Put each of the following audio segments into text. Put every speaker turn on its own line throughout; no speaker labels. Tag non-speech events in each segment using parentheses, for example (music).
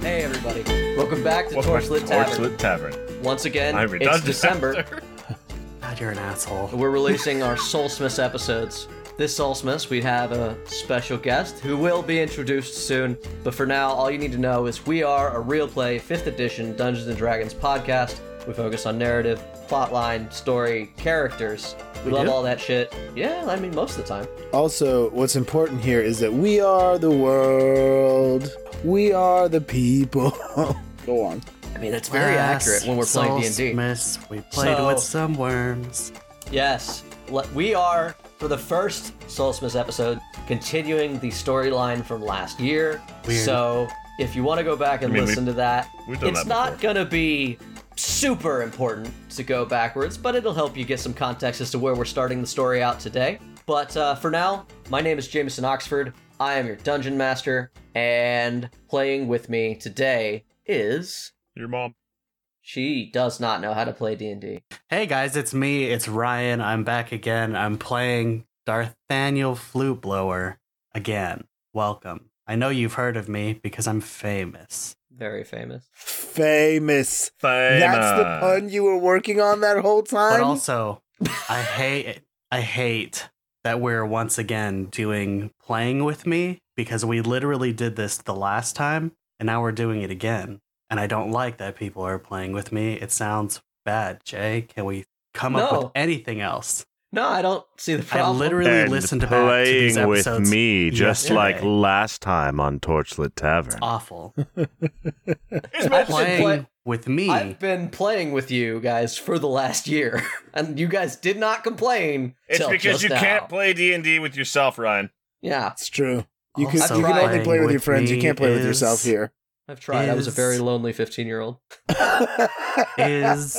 Hey, everybody. Welcome back to
Welcome back to
Torchlit Tavern.
Torchlit Tavern.
Once again,
I'm
it's
redundant. (laughs)
December.
God, you're an asshole.
We're releasing our Soulsmas episodes. This Soulsmas, we have a special guest who will be introduced soon. But for now, all you need to know is we are a real play 5th edition Dungeons and Dragons podcast. We focus on narrative, plotline, story, characters. We, love
do?
all that shit. Yeah, I mean, most of the time.
Also, what's important here is that we are the world. We are the people. (laughs) Go on.
I mean, it's very
Last
accurate when we're playing D&D.
Solstice, we played
So-
with some worms.
Yes, Le- we are for the first Soulsmith episode continuing the storyline from last year.
Weird.
So if you want to go back and
I mean, we-
listen to that,
we've done
it's
that
not
before.
gonna be super important to go backwards, but it'll help you get some context as to where we're starting the story out today. But uh, for now, my name is Jameson Oxford. I am your dungeon master, and playing with me today is
Your mom.
she does not know how to play D and D.
Hey guys, it's me. It's Ryan. I'm back again. I'm playing Darthaniel Flute Blower again. Welcome. I know you've heard of me because I'm famous.
Very famous.
Famous. That's the pun you were working on that whole time.
But also,
(laughs)
I hate I hate that we're once again doing playing with me because we literally did this the last time and now we're doing it again. And I don't like that people are playing with me. It sounds bad, Jay. Can we come up
No.
with anything else?
No, I don't see the
I
problem.
literally
and
listened back
playing
to these
with
episodes.
me just
yesterday.
like last time on Torchlit Tavern.
It's awful.
I've been,
playing
play-
with me.
I've been playing with you guys for the last year, (laughs) and you guys did not complain.
It's
till
because
just
you
now.
can't play D&D with yourself, Ryan.
Yeah,
it's true. You can,
Also
you can only
playing
play with,
with
your friends. You
me
can't play with
is-
yourself here. (laughs)
I've tried. I was a
Is-
very lonely fifteen-year-old.
Is-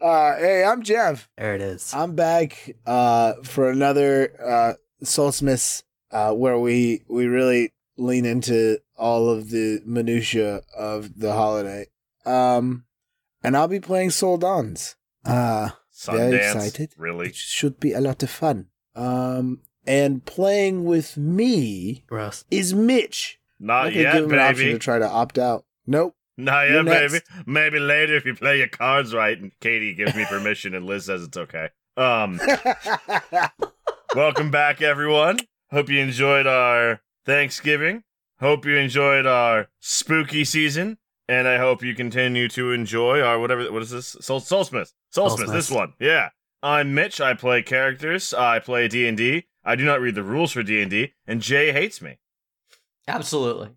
Uh, hey, I'm Jeff.
There it is.
I'm back uh, for another uh, Soulsmith uh, where we we really lean into all of the minutia of the holiday. Um, and I'll be playing Soldans. Uh,
Sundance.
excited.
Really?
it should be a lot of fun. Um, and playing with me
Gross.
is Mitch.
Not
I could give
yet,
him an option
Oh, baby.
to try to opt out. Nope. (laughs)
Not yet,
You're
baby.
next.
Maybe later if you play your cards right and Katie gives me permission and Liz says it's okay. Um, welcome back, everyone. Hope you enjoyed our Thanksgiving. Hope you enjoyed our spooky season. And I hope you continue to enjoy our whatever. What is this? Soul, Soulsmith. Soulsmith.
Soulsmith.
This one. Yeah. I'm Mitch. I play characters. I play D and D. I do not read the rules for D and D. And Jay hates me.
Absolutely.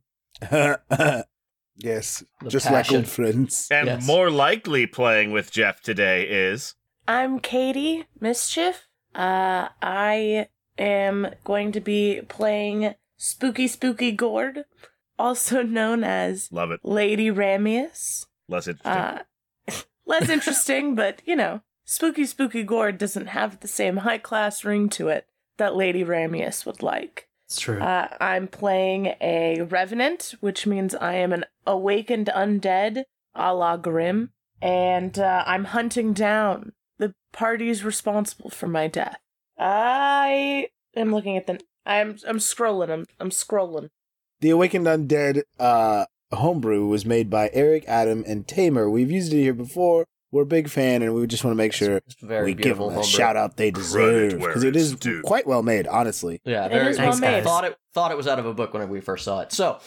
yes,
The
just like
passion.
old friends.
And
Yes.
more likely playing with Jeff today is
I'm Katie Mischief. Uh, I am going to be playing Spooky Spooky Gourd, also known as
love it.
Lady Ramius.
Less interesting.
Uh, (laughs) less interesting, (laughs) but you know, Spooky Spooky Gourd doesn't have the same high class ring to it that Lady Ramius would like.
It's true.
Uh, I'm playing a revenant, which means I am an awakened undead, a la Grimm, and uh, I'm hunting down the parties responsible for my death. I am looking at the. I'm I'm scrolling. I'm I'm scrolling.
The Awakened Undead uh, homebrew was made by Eric, Adam, and Tamer. We've used it here before. We're a big fan, and we just want to make sure
It's very
we give
beautiful
them a
homebrew.
shout out they deserve
where
because it
it's
is
due.
quite well made, honestly.
Yeah,
It
very
is
well
nice.
made.
Thought it thought it was out of a book when we first saw it. So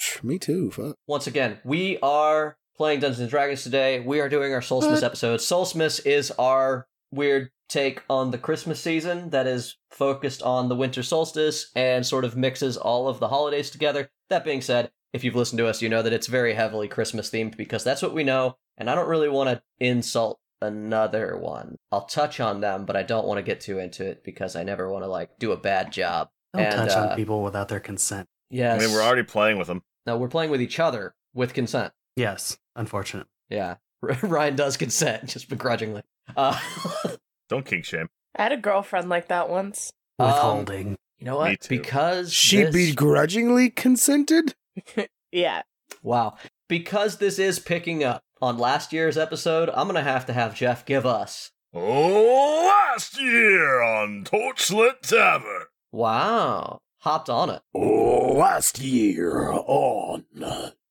Psh, Me too. Fuck.
once again, we are playing Dungeons and Dragons today. We are doing our Soulsmith episode. Soulsmith is our weird take on the Christmas season that is focused on the winter solstice and sort of mixes all of the holidays together. That being said, if you've listened to us, you know that it's very heavily Christmas themed because that's what we know, and I don't really want to insult another one. I'll touch on them, but I don't want to get too into it because I never want to like do a bad job.
Don't
and,
touch
uh,
on people without their consent.
Yes.
I mean, we're already playing with them.
No, we're playing with each other with consent.
Yes, unfortunate.
Yeah. (laughs) Ryan does consent, just begrudgingly. Uh, (laughs)
Don't kink shame.
I had a girlfriend like that once.
Um,
Withholding.
you know
Me
what?
too.
Because
She
this-
begrudgingly consented.
Yeah,
wow. Because this is picking up on last year's episode, I'm gonna have to have Jeff give us.
Oh, last year on Torchlit Tavern.
Wow. Hopped on it.
Last year on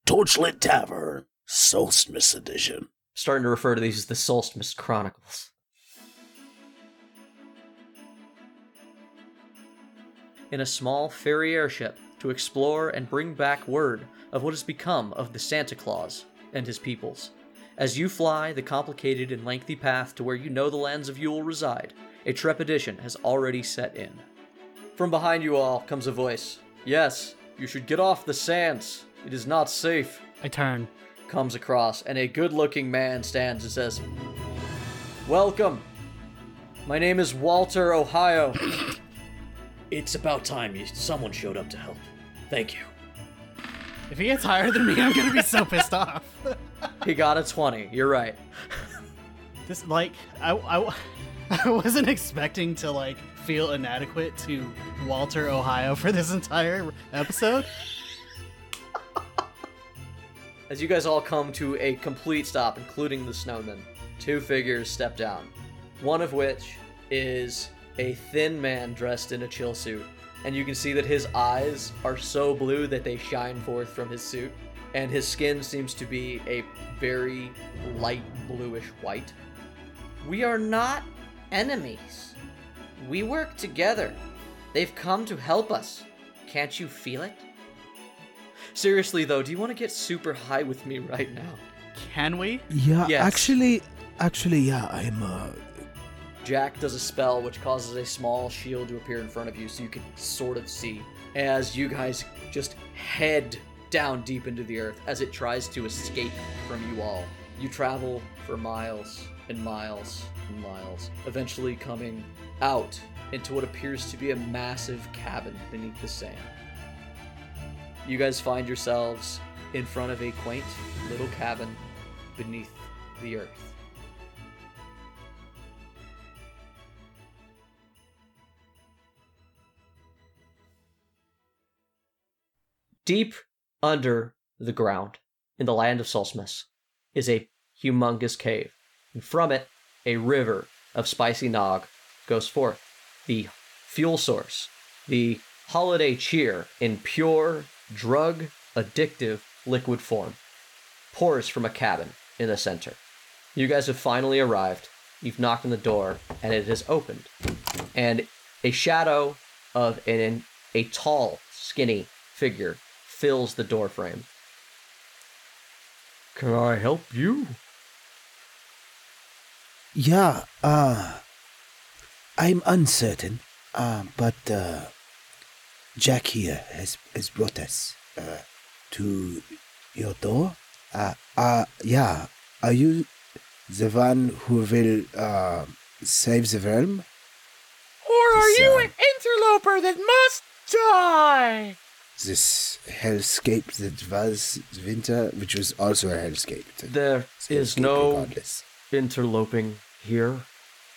Torchlit Tavern, Solstice Edition.
Starting to refer to these as the Solstice Chronicles. In a small ferry airship to explore and bring back word of what has become of the Santa Claus and his peoples. As you fly the complicated and lengthy path to where you know the lands of Yule reside, a trepidation has already set in. From behind you all comes a voice. Yes, you should get off the sands. It is not safe.
I turn.
Comes across, and a good looking man stands and says, Welcome. My name is Walter Ohio.
It's about time you, someone showed up to help. Thank you.
If he gets higher than me, I'm gonna be
(laughs)
so pissed off. (laughs)
he got a 20. You're right.
This like I, I (laughs) I wasn't expecting to like feel inadequate to Walter Ohio for this entire episode.
As you guys all come to a complete stop, including the snowman, two figures step down. One of which is a thin man dressed in a chill suit, and you can see that his eyes are so blue that they shine forth from his suit, and his skin seems to be a very light bluish white. We are not enemies. We work together. They've come to help us. Can't you feel it? Seriously, though, do you want to get super high with me right now?
Can we?
Yeah,
Yes.
actually, actually, yeah, I'm. Uh,
Jack does a spell which causes a small shield to appear in front of you so you can sort of see as you guys just head down deep into the earth as it tries to escape from you all. You travel for miles and miles and miles, eventually coming out into what appears to be a massive cabin beneath the sand. You guys find yourselves in front of a quaint little cabin beneath the earth. deep under the ground in the land of Solstice is a humongous cave, and from it, a river of spicy nog goes forth, the fuel source, the holiday cheer in pure, drug addictive liquid form, pours from a cabin in the center. You guys have finally arrived. You've knocked on the door, and it has opened. And a shadow of an a tall, skinny figure fills the doorframe. Can I help you?
yeah, uh, I'm uncertain, uh, but uh, Jack here has has brought us uh, to your door. Uh, uh, yeah, are you the one who will uh, save the realm?
Or are you
So-
an interloper that must die?
This hellscape that was winter, which was also a hellscape.
There
It's
is
hellscape
no
regardless.
interloping here.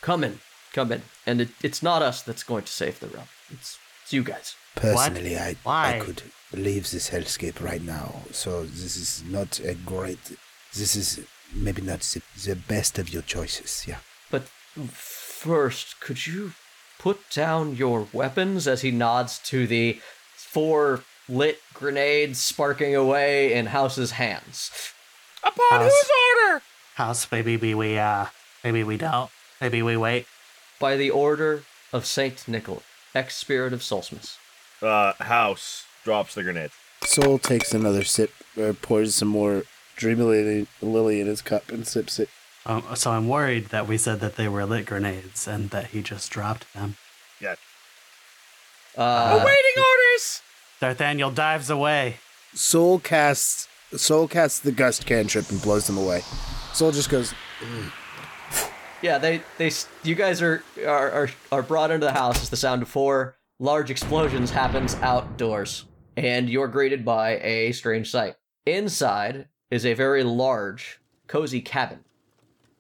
Come in, come in. And it, it's not us that's going to save the realm. It's, it's you guys.
Personally, I,
Why?
I could leave this hellscape right now. So this is not a great. This is maybe not the, the best of your choices. Yeah.
But first, could you put down your weapons as he nods to the four lit grenades sparking away in House's hands?
Upon
Us.
whose order?
House, maybe we, we uh, maybe we don't. Maybe we wait.
By the order of Saint Nicholas, ex spirit of Solstice.
Uh, house drops the grenade.
Soul takes another sip, or pours some more dreamy lily, lily in his cup and sips it.
Um, so I'm worried that we said that they were lit grenades and that he just dropped them.
Yeah.
Uh,
Waiting orders.
Darthaniel dives away.
Soul casts. Soul casts the gust cantrip and blows them away. Soul just goes.
Yeah, they they s- you guys are are are, are brought into the house as the sound of four large explosions happens outdoors, and you're greeted by a strange sight. Inside is a very large, cozy cabin,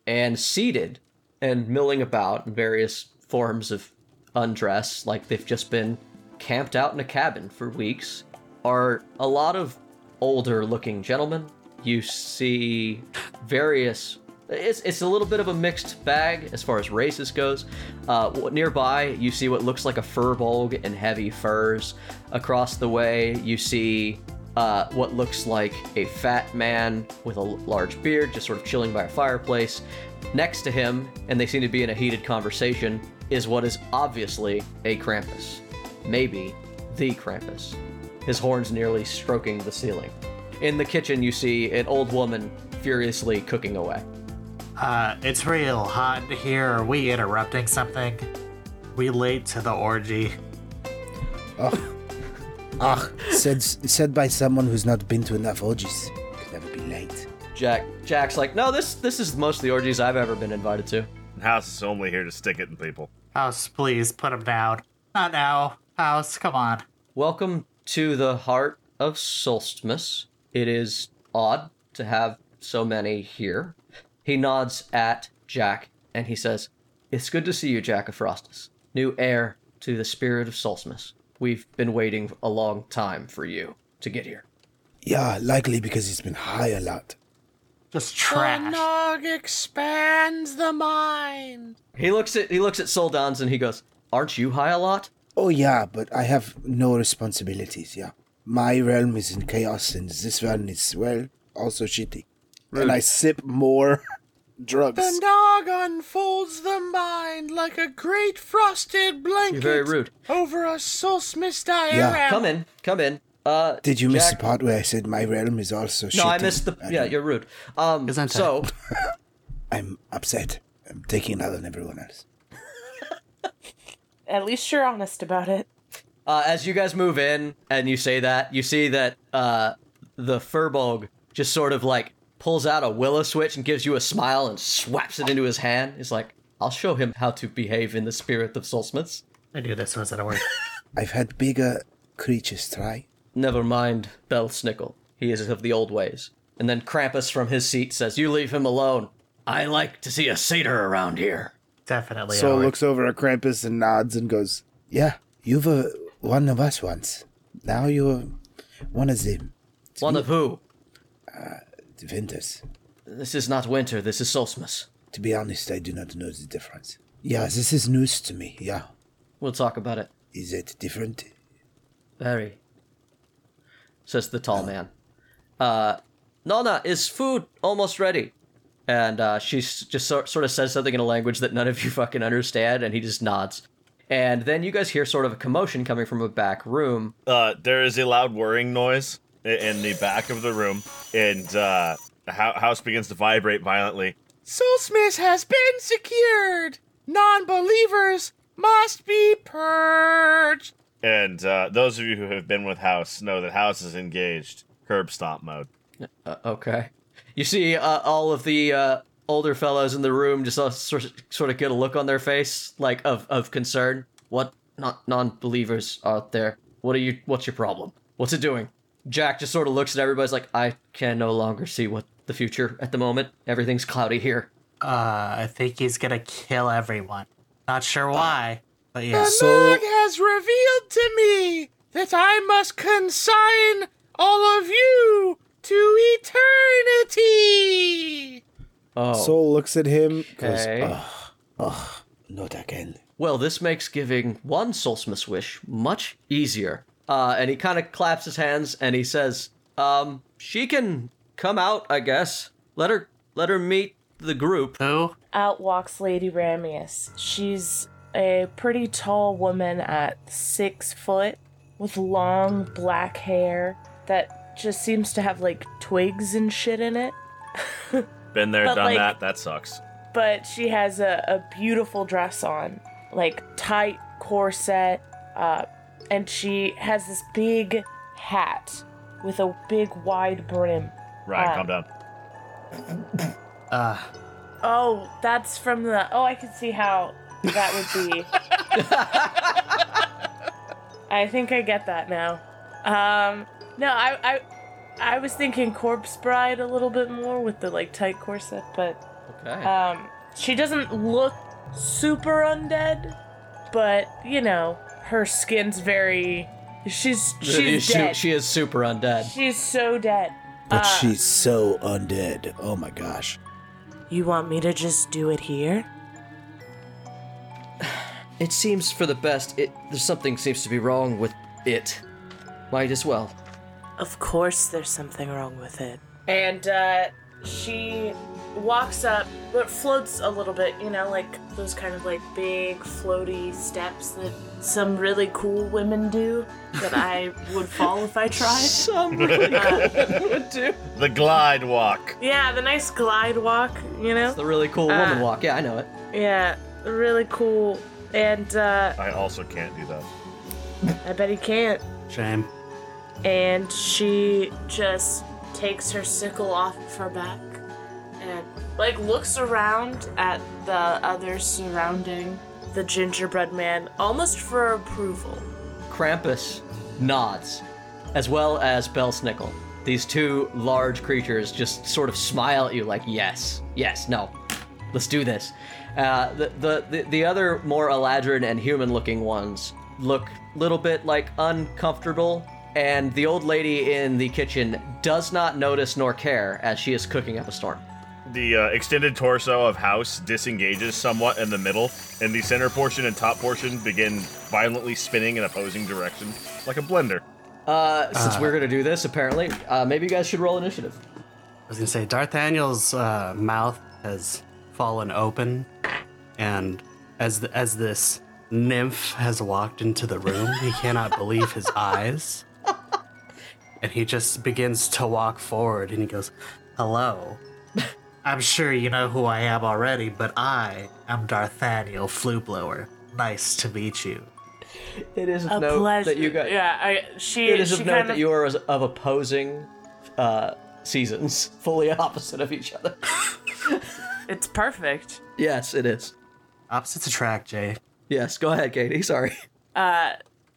and seated and milling about in various forms of undress, like they've just been camped out in a cabin for weeks, are a lot of older looking gentlemen. You see various. It's, it's a little bit of a mixed bag as far as races goes. Uh, w- nearby, you see what looks like a furbolg in heavy furs. Across the way, you see uh, uh, what looks like a fat man with a l- large beard just sort of chilling by a fireplace. Next to him, and they seem to be in a heated conversation, is what is obviously a Krampus. Maybe the Krampus. His horns nearly stroking the ceiling. In the kitchen, you see an old woman furiously cooking away.
Uh, it's real hot in here. Are we interrupting something? We late to the orgy.
Ugh, said said by someone who's not been to enough orgies. Could never be late.
Jack Jack's like, no, this this is most of the orgies I've ever been invited to.
House is only here to stick it in people.
House, please put him down. Not now. House, come on.
Welcome to the heart of Solstice. It is odd to have so many here. He nods at Jack and he says, It's good to see you, Jack Afrostus. New heir to the spirit of Solstice. We've been waiting a long time for you to get here.
Yeah, likely because he's been high a lot.
Just trash.
Nog expands the mind.
He looks at he looks at Soldans and he goes, Aren't you high a lot?
Oh yeah, but I have no responsibilities. Yeah, my realm is in chaos, and this realm is well also shitty. And I sip more (laughs) drugs.
Nog unfolds the mind like a great frosted
You're
blanket
very rude.
over a solstice
diorama.
Come in, come in. Uh
Did you miss
Jack-
the part where I said my realm is also shitty?
No, I missed the Yeah, you're rude. Um
I'm
so
I'm upset. I'm taking it out on everyone else.
At least you're honest about it.
Uh, as you guys move in and you say that, you see that uh, the Furbolg just sort of like pulls out a willow switch and gives you a smile and swaps it into his hand. He's like, I'll show him how to behave in the spirit of Solsmiths.
I knew this wasn't a word.
I've had bigger creatures try.
Never mind Bell Snickle. He is of the old ways. And then Krampus from his seat says, You leave him alone.
I like to see a satyr around here.
Definitely.
Sol
a word.
looks over at Krampus and nods and goes, "Yeah, you were one of us once. Now you're one of them,
One of who?
the vendors."
This is not winter, this is Solstice.
To be honest, I do not know the difference. Yeah, this is news to me. Yeah,
We'll talk about it.
is it different?
Very, says the tall man. Uh, Nona, is food almost ready? And uh, she s- just so- sort of says something in a language that none of you (laughs) fucking understand, and he just nods. And then you guys hear sort of a commotion coming from a back room.
Uh, there is a loud whirring noise i- in the back of the room, and uh, the hou- house begins to vibrate violently.
Soulsmith has been secured. Non-believers must be purged.
And uh, those of you who have been with House know that House is engaged. Curb stop mode.
Uh, okay. You see uh, all of the uh, older fellows in the room just all sort of, sort of get a look on their face, like of, of concern. What not non-believers out there? What are you? What's your problem? What's it doing? Jack just sort of looks at everybody's like, I can no longer see what the future at the moment. Everything's cloudy here.
Uh, I think he's gonna kill everyone. Not sure why, but yeah.
So
has revealed to me that I must consign all of you to eternity.
Oh,
Soul looks at him. Goes,
okay.
not again.
Well, this makes giving one Solstice wish much easier. Uh, and he kind of claps his hands and he says, um, she can come out, I guess. Let her, let her meet the group.
Who?
Out walks Lady Ramius. She's a pretty tall woman at six foot with long black hair that just seems to have like twigs and shit in it.
Been there,
But,
done
like-
that. That sucks.
but she has a, a beautiful dress on, like tight corset, uh, and she has this big hat with a big wide brim.
Ryan,
Uh,
calm down.
Uh,
Oh, that's from the. Oh, I can see how that would be. I think I get that now. Um, no, I, I, I was thinking Corpse Bride a little bit more with the like tight corset, but
Okay.
Um, she doesn't look super undead, but you know, her skin's very. She's she's
she,
dead.
she is super undead.
she's so dead.
But
Ah.
Uh,
she's so undead. Oh my gosh.
You want me to just do it here?
It seems for the best. It, there's something seems to be wrong with it. Might as well.
Of course, there's something wrong with it.
And uh, she walks up, but floats a little bit, you know, like those kind of like big floaty steps that some really cool women do
(laughs)
that I would fall if I tried.
Some
(laughs)
(laughs)
The glide walk.
Yeah, the nice glide walk, you know?
It's the really cool
Uh,
woman walk. Yeah, I know it.
Yeah, really cool. And uh,
I also can't do that.
I bet he can't.
Shame.
And she just takes her sickle off of her back and, like, looks around at the others surrounding the gingerbread man almost for approval.
Krampus nods, as well as Belsnickel. These two large creatures just sort of smile at you, like, yes, yes, no, let's do this. Uh, the, the, the, the other more eladrin and human looking ones look a little bit like uncomfortable, and the old lady in the kitchen does not notice nor care as she is cooking up a storm.
The uh, extended torso of House disengages somewhat in the middle, and the center portion and top portion begin violently spinning in opposing directions, like a blender.
Uh, since we're gonna do this, apparently, uh, maybe you guys should roll initiative.
I was gonna say Darth Daniel's uh, mouth has fallen open, and as the, as this nymph has walked into the room, he cannot believe his eyes, and he just begins to walk forward, and he goes, "Hello." I'm sure you know who I am already, but I am Darth Daniel Flublower. Nice to meet you.
It is of
A
note
pleasure.
that you guys.
Yeah, I, she,
It is
she
of note
kind
that
of.
you are as- of opposing uh, seasons, (laughs) fully opposite of each other.
It's perfect.
yes, it is.
Opposites attract, Jay.
Yes, go ahead, Katie. Sorry.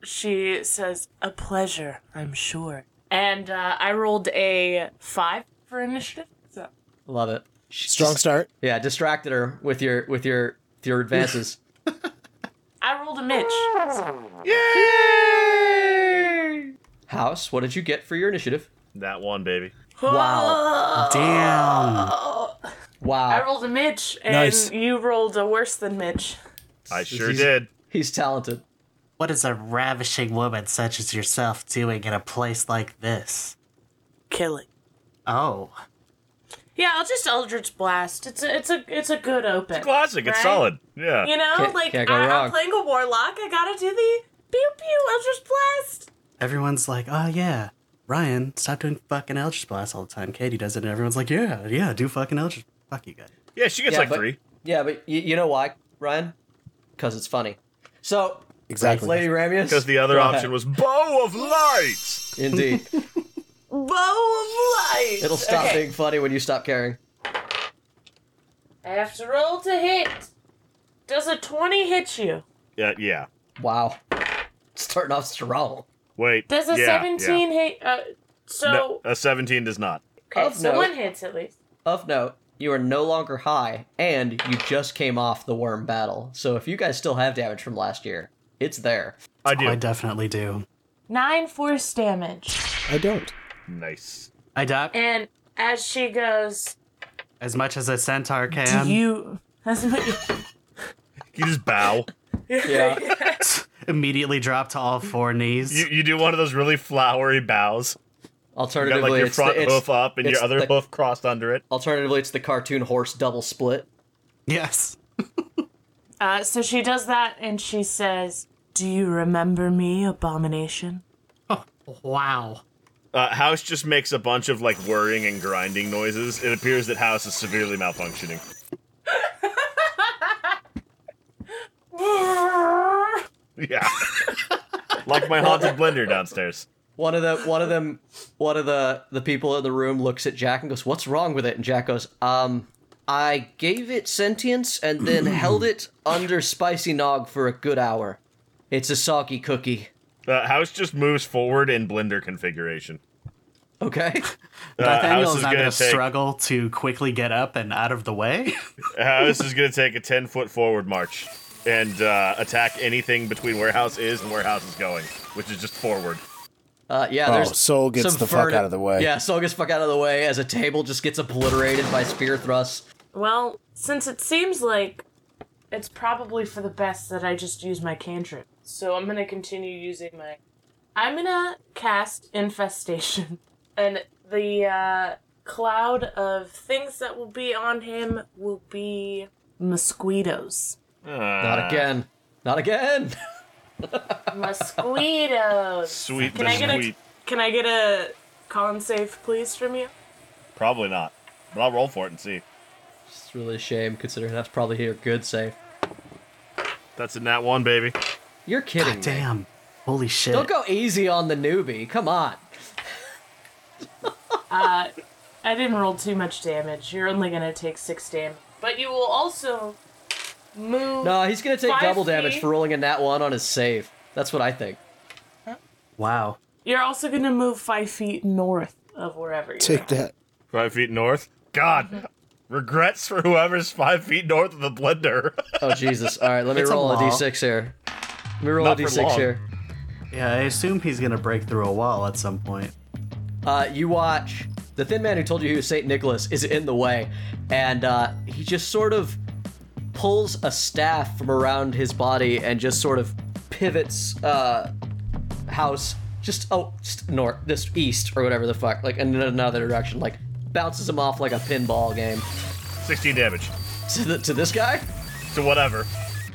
She says, a pleasure, I'm sure. And uh, I rolled a five for initiative. So.
Love it.
Strong start.
Yeah, distracted her with your with your with your
(laughs)
advances.
I rolled a Mitch.
House, what did you get for your initiative?
That one, baby.
Wow.
Damn.
I
Wow.
rolled a Mitch, and
Nice.
you rolled a worse than Mitch.
I sure
He's-
did.
He's talented.
What is a ravishing woman such as yourself doing in a place like this?
Killing.
Oh,
Yeah, I'll just Eldritch Blast. It's a, it's a, it's a good open.
Classic. It's
Right?
solid. Yeah.
You know,
Can't-
like
can't go
I,
wrong.
I'm playing a Warlock. I gotta do the pew pew Eldritch Blast.
everyone's like, oh yeah, Ryan, stop doing fucking Eldritch Blast all the time. Katie does it, and everyone's like, yeah, yeah, do fucking Eldritch. Fuck you guys.
yeah, she gets
Yeah,
like
but-
three.
Yeah, but y- you know why, Ryan? Because it's funny. So,
Exactly.
Lady Ramius.
Because the other
go
option
ahead.
was bow of light.
Indeed.
(laughs)
Bow of light.
It'll stop
Okay.
being funny when you stop caring.
I have to roll to hit. Does a twenty hit you?
Yeah, yeah.
Wow. Starting off strong.
Wait.
Does a
yeah,
seventeen
yeah.
hit? Uh, so
No, a seventeen does not.
okay,
of
so
note-
one hits at least.
Of note, you are no longer high, and you just came off the worm battle. So if you guys still have damage from last year, it's there.
I do.
I definitely do.
Nine force damage.
I don't.
nice.
I duck
And as she goes,
as much as a centaur
do
can.
you. (laughs) That's what you-
You just bow.
Yeah.
immediately drop to all four knees.
you, you do one of those really flowery bows. You got
Alternatively,
like your
it's the-
front
it's-
hoof up and your
it's
other
the-
hoof crossed under it.
Alternatively, it's the cartoon horse double split.
yes.
Uh, so she does that and she says, Do you remember me, Abomination?
Wow.
Uh, House just makes a bunch of like whirring and grinding noises. It appears that House is severely malfunctioning. (laughs) Yeah. (laughs) like my haunted blender downstairs.
One of the one of them one of the the people in the room looks at Jack and goes, "What's wrong with it?" And Jack goes, "Um, I gave it sentience and
(clears throat)
then held it under spicy nog for a good hour. It's a soggy cookie."
Uh, House just moves forward in blender configuration.
Okay.
Uh, House
Darth Daniel
is
is not
gonna
going to
take
struggle to quickly get up and out of the
(laughs)
way.
House is gonna take a ten foot forward march and uh, attack anything between where House is and where House is going, which is just forward.
Uh, yeah,
Oh,
there's
Soul gets
some
the fuck
fern-
out of the way.
Yeah, Soul gets the fuck out of the way as a table just gets obliterated by spear thrusts.
Well, since it seems like it's probably for the best that I just use my cantrip. So I'm going to continue using my I'm gonna cast infestation, (laughs) and the uh, cloud of things that will be on him will be mosquitoes.
Uh.
Not again. Not again. (laughs)
Mosquitoes.
Sweet
Can
the
I get
sweet.
a Can I get a con save, please, from you?
Probably not. But I'll roll for it and see.
It's really a shame considering that's probably your good save.
That's a nat one, baby.
You're kidding.
God
me.
damn. Holy shit.
Don't go easy on the newbie. Come on.
Uh, I didn't roll too much damage. You're only gonna take six damage, but you will also move.
No, he's gonna take
Five
double damage
feet.
for rolling a nat one on his save. That's what I think.
Wow.
You're also gonna move five feet north of wherever you're.
Take
at.
that.
Five feet north. God.
Mm-hmm.
Regrets for whoever's five feet north of the blender. (laughs)
Oh Jesus! All right, let me
It's a
roll a
law.
d6 here. Let me roll
Not
a
for
d6
long.
here.
Yeah, I assume he's gonna break through a wall at some point.
Uh, you watch the thin man who told you he was Saint Nicholas is in the way, and uh, he just sort of pulls a staff from around his body and just sort of pivots uh, house just oh just north, just east or whatever the fuck, like in another direction, like bounces him off like a pinball game (laughs)
16 damage.
to the, to this guy.
To whatever.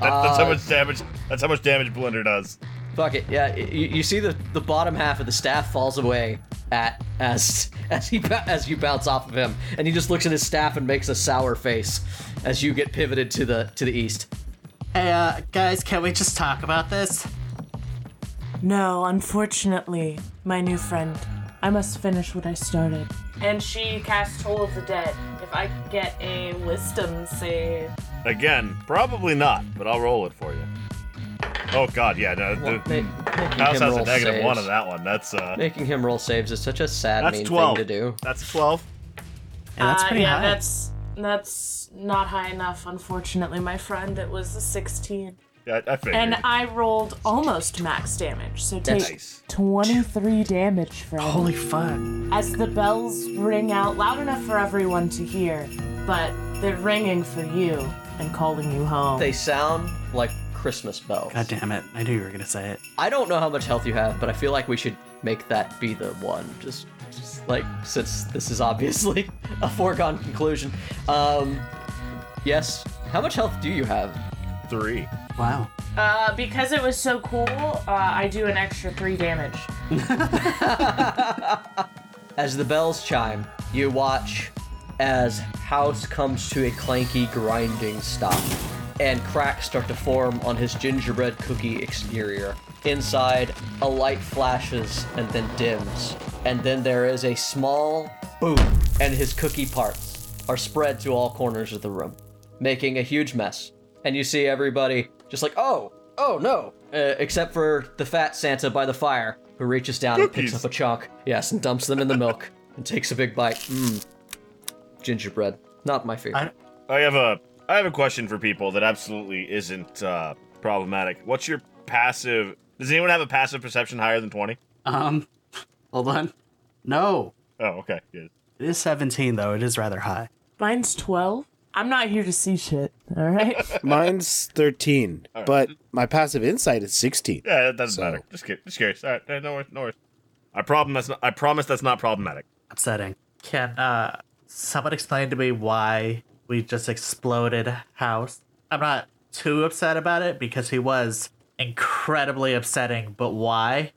That, that's how
Uh,
much damage. That's how much damage blender does.
Fuck it. Yeah, y- you, you see the, the bottom half of the staff falls away at as (laughs) as he bou- as you bounce off of him, and he just looks at his staff and makes a sour face as you get pivoted to the to the east.
Hey, uh, guys, can we just talk about this?
No, unfortunately, my new friend. I must finish what I started. And she casts Toll of the Dead. If I could get a wisdom save.
Again, probably not, but I'll roll it for you. Oh god, yeah, no.
Well,
the-
ma- making
House
him
has a
roll
negative
saves.
one on that one. That's uh,
Making him roll saves is such a sad
that's
mean
twelve.
thing to do.
That's twelve.
Hey, that's
Uh,
pretty
yeah,
high.
that's that's not high enough, unfortunately, my friend. It was a 16.
Yeah, I, I figured.
And I rolled almost max damage, so take
Nice.
23 damage, friend.
Holy fuck.
As the bells ring out loud enough for everyone to hear, but they're ringing for you and calling you home.
They sound like Christmas bells.
God Ah, damn it. I knew you were gonna say it.
I don't know how much health you have, but I feel like we should make that be the one. Just, just like since this is obviously (laughs) a foregone conclusion. Um, yes. How much health do you have?
three.
Wow.
Uh, because it was so cool, uh, I do an extra three damage.
As the bells chime, you watch as house comes to a clanky, grinding stop, and cracks start to form on his gingerbread cookie exterior. Inside, a light flashes and then dims, and then there is a small boom, and his cookie parts are spread to all corners of the room, making a huge mess. And you see everybody just like, oh, oh no, uh, except for the fat Santa by the fire, who reaches down and picks
Cookies.
up a chunk, yes, and dumps them in the milk and takes a big bite. Mmm, gingerbread, not my favorite.
I-
I have a I have a question for people that absolutely isn't uh, problematic. What's your passive? Does anyone have a passive perception higher than twenty?
Um, (laughs) hold on. No.
Oh, okay. Good.
It is 17, though. It is rather high.
Mine's 12. I'm not here to see shit, alright?
Mine's 13, but my passive insight is 16.
Yeah, that doesn't
So-
matter. Just kidding. Just curious. All right, eh, no worries. No worries. I problem that's not. I promise that's not problematic.
Upsetting. Can, uh, someone explain to me why we just exploded house? I'm not too upset about it because he was incredibly upsetting, but why?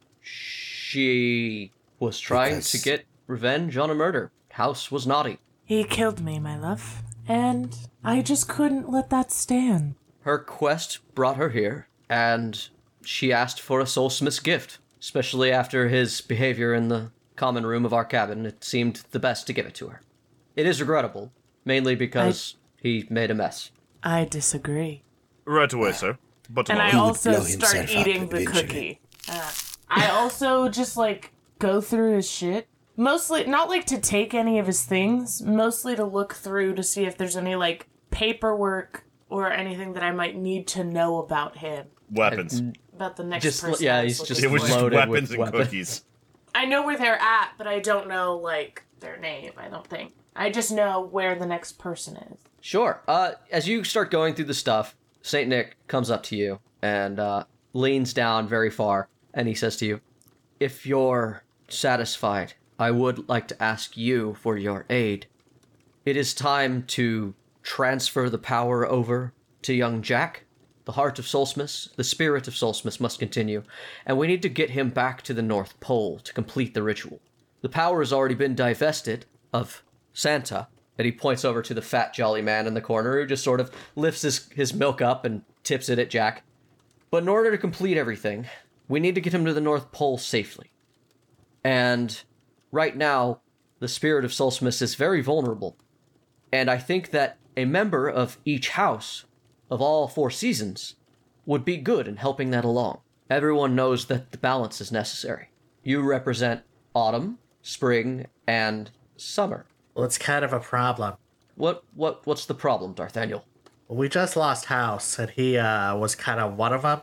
She was trying to
Because-
get revenge on a murder. House was naughty.
he killed me, my love. And I just couldn't let that stand.
Her quest brought her here, and she asked for a soulsmith's gift. Especially after his behavior in the common room of our cabin, it seemed the best to give it to her. It is regrettable, mainly because he made a mess.
I disagree.
Right away, sir. But
And I
tomorrow.
also
blow
start
himself up
eating the
eventually.
cookie. Uh, I also just like go through his shit. Mostly, not like to take any of his things, mostly to look through to see if there's any like paperwork or anything that I might need to know about him.
weapons.
About the next
Just
person.
yeah,
I was
he's
looking
just
It was
for.
just
loaded with
weapons and
weapons.
cookies.
I know where they're at, but I don't know like their name. I don't think. I just know where the next person is.
Sure. Uh, as you start going through the stuff, Saint Nick comes up to you and uh, leans down very far, and he says to you, if you're satisfied, I would like to ask you for your aid. It is time to transfer the power over to young Jack. The heart of Solstice, the spirit of Solstice must continue, and we need to get him back to the North Pole to complete the ritual. The power has already been divested of Santa, and he points over to the fat jolly man in the corner who just sort of lifts his, his milk up and tips it at Jack. But in order to complete everything, we need to get him to the North Pole safely. And right now, the spirit of Solstice is very vulnerable. And I think that a member of each house of all four seasons would be good in helping that along. Everyone knows that the balance is necessary. You represent autumn, spring, and summer.
Well, it's kind of a problem.
What what what's the problem, Darthaniel?
We just lost House, and he uh, was kind of one of
(laughs)
them.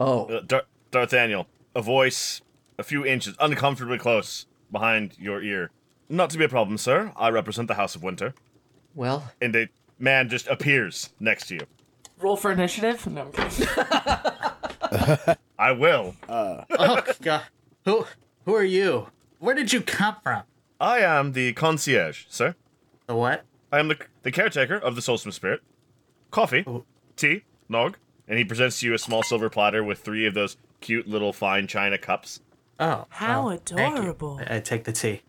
Oh,
Uh, Dar- Darthaniel, a voice a few inches, uncomfortably close, behind your ear. Not to be a problem, sir. I represent the House of Winter.
well,
And a man just appears next to you.
Roll for initiative? No, I'm kidding.
I will.
oh God, who who are you? Where did you come from?
I am the concierge, sir.
The what?
I am the, the caretaker of the Solstice Spirit. Coffee, tea, nog. And he presents to you a small silver platter with three of those cute little fine china cups.
Oh,
How
well, thank you.
adorable.
I, I take the tea.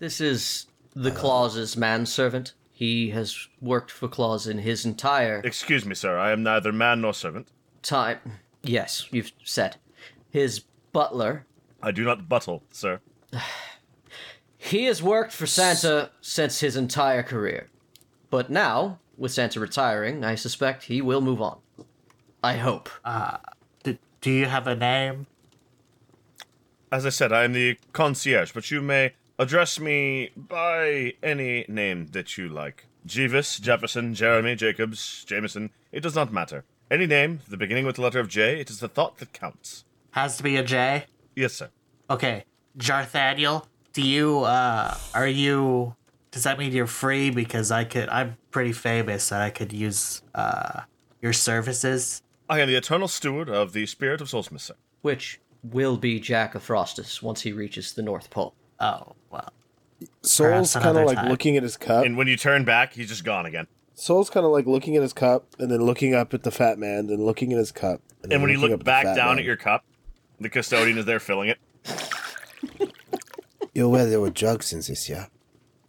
this is the Claus's manservant. He has worked for Claus in his entire
Excuse me, sir. I am neither man nor servant.
time. Yes, you've said. His butler.
I do not buttle, sir.
He has worked for Santa since his entire career. But now, with Santa retiring, I suspect he will move on. I hope.
Do, do you have a name?
As I said, I am the concierge, but you may address me by any name that you like. Jeeves, Jefferson, Jeremy, Jacobs, Jameson, it does not matter. Any name, the beginning with the letter of J, it is the thought that counts.
Has to be a J.
Yes, sir.
Okay, Jarthaniel, do you uh are you does that mean you're free because I could I'm pretty famous and I could use uh your services?
I am the eternal steward of the spirit of Solstice, sir.
Which will be Jack Afrostus once he reaches the North Pole.
Oh, well. Perhaps
Soul's kind of
another
like
time.
looking at his cup.
And when you turn back, he's just gone again.
Soul's kind of like looking at his cup and then looking up at the fat man, then looking at his cup. then
And when you
looking
look
up the
back
fat
down
man.
at your cup, the custodian is there filling it.
You're aware there were drugs in this, yeah?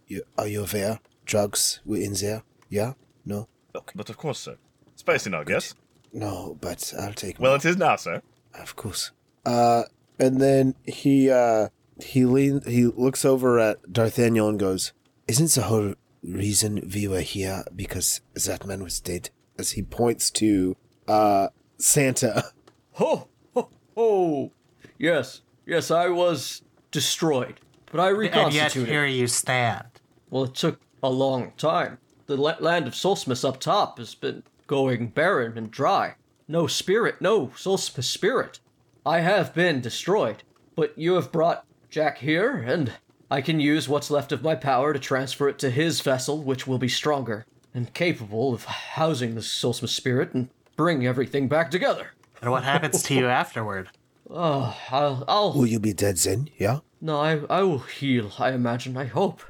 You, are you aware drugs were in there? Yeah? No?
But of course, sir. Spicy nog, yes?
No, but I'll take
Well, it is now, sir.
one. Of course.
Uh, and then he uh, he lean he looks over at Darthaniel and goes,
Isn't the whole reason we were here because that man was dead?
as he points to uh, Santa.
Ho, ho, ho! Oh, Yes, yes, I was destroyed, but I
And yet
reconstituted.
here you stand.
Well, it took a long time. The la- land of Solstice up top has been going barren and dry. No spirit, no Solstice spirit. I have been destroyed, but you have brought Jack here, and I can use what's left of my power to transfer it to his vessel, which will be stronger and capable of housing the Solstice spirit and bring everything back together.
And what happens to you (laughs) afterward?
Oh, I'll, I'll
(laughs) Will you be dead then? Yeah?
No, I, I will heal, I imagine, I hope.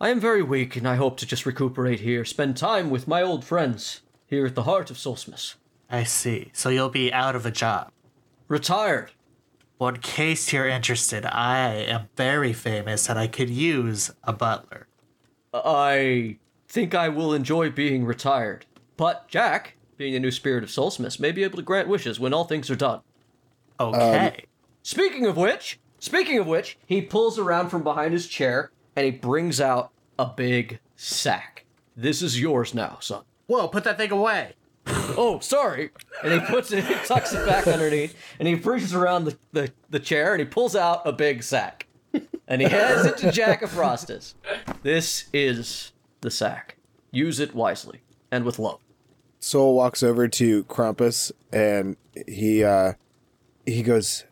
I am very weak, and I hope to just recuperate here, spend time with my old friends here at the heart of Solstice.
I see. So you'll be out of a job.
Retired.
Well, in case you're interested, I am very famous and I could use a butler.
I think I will enjoy being retired. But Jack, being the new spirit of Solstice, may be able to grant wishes when all things are done.
Um, Okay.
Speaking of which, speaking of which, he pulls around from behind his chair and he brings out a big sack. This is yours now, son.
Whoa, put that thing away.
oh, sorry. And he puts it, he tucks it back underneath, and he pushes around the, the, the chair and he pulls out a big sack. And he hands it to Jack Afrostus. This is the sack. Use it wisely and with love.
Soul walks over to Krampus and he uh, he goes,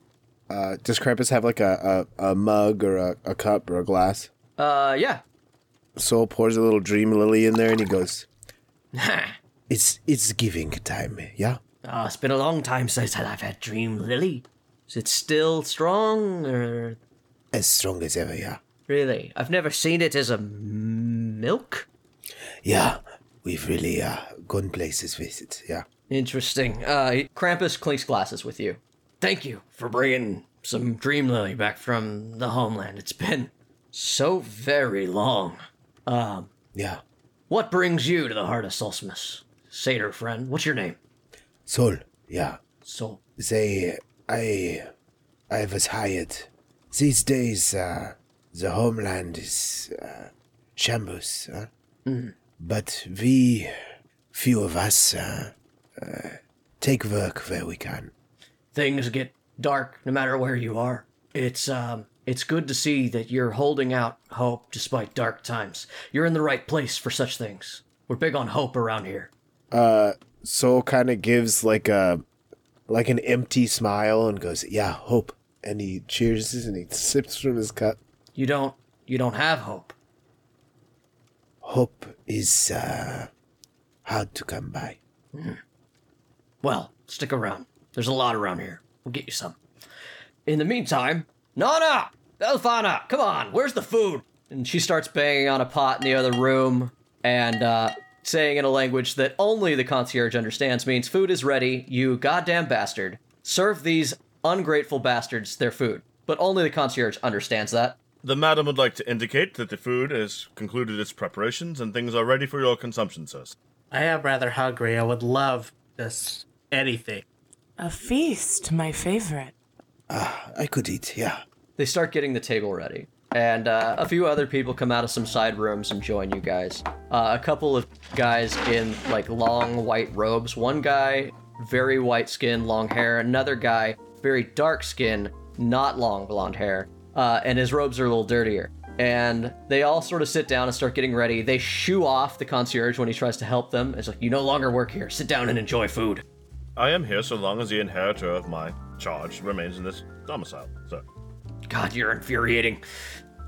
uh, "Does Krampus have like a, a, a mug or a, a cup or a glass?"
Uh, yeah.
Soul pours a little dream lily in there and he goes,
It's it's giving time, yeah?
Uh, Ah, it's been a long time since I've had Dream Lily. Is it still strong or
As strong as ever, yeah.
really? I've never seen it as a m- milk.
Yeah, we've really uh, gone places with it, yeah.
Interesting. Uh, Krampus clinks glasses with you. Thank you for bringing some dream lily back from the homeland. It's been so very long. Um,
Yeah.
what brings you to the heart of Solstice, Satyr friend? What's your name?
Sol, yeah.
Sol.
They, I, I was hired. These days, uh, the homeland is uh, shambles, huh? But we, few of us, uh, uh, take work where we can.
things get dark no matter where you are. It's um it's good to see that you're holding out hope despite dark times. You're in the right place for such things. We're big on hope around here.
Uh, Soul kind
of gives like a like an empty smile and goes, "Yeah, hope."
and he cheers and
(laughs)
he sips from his cup.
You don't you don't have hope.
Hope is uh, hard to come by.
Well, stick around. There's a lot around here. We'll get you some. In the meantime, Nana! Elfana, come on, where's the food? And she starts banging on a pot in the other room and uh, saying in a language that only the concierge understands means food is ready, you goddamn bastard. Serve these ungrateful bastards their food. But only the concierge understands that.
The madam would like to indicate that the food has concluded its preparations and things are ready for your consumption, sirs.
I am rather hungry. I would love this anything.
A feast, my favorite.
I could eat, yeah.
They start getting the table ready. And uh, a few other people come out of some side rooms and join you guys. Uh, a couple of guys in like long white robes. One guy, very white skin, long hair. Another guy, very dark skin, not long blonde hair. Uh, and his robes are a little dirtier. And they all sort of sit down and start getting ready. They shoo off the concierge when he tries to help them. It's like, you no longer work here. Sit down and enjoy food.
I am here so long as the inheritor of my charge remains in this domicile, sir.
God, you're infuriating.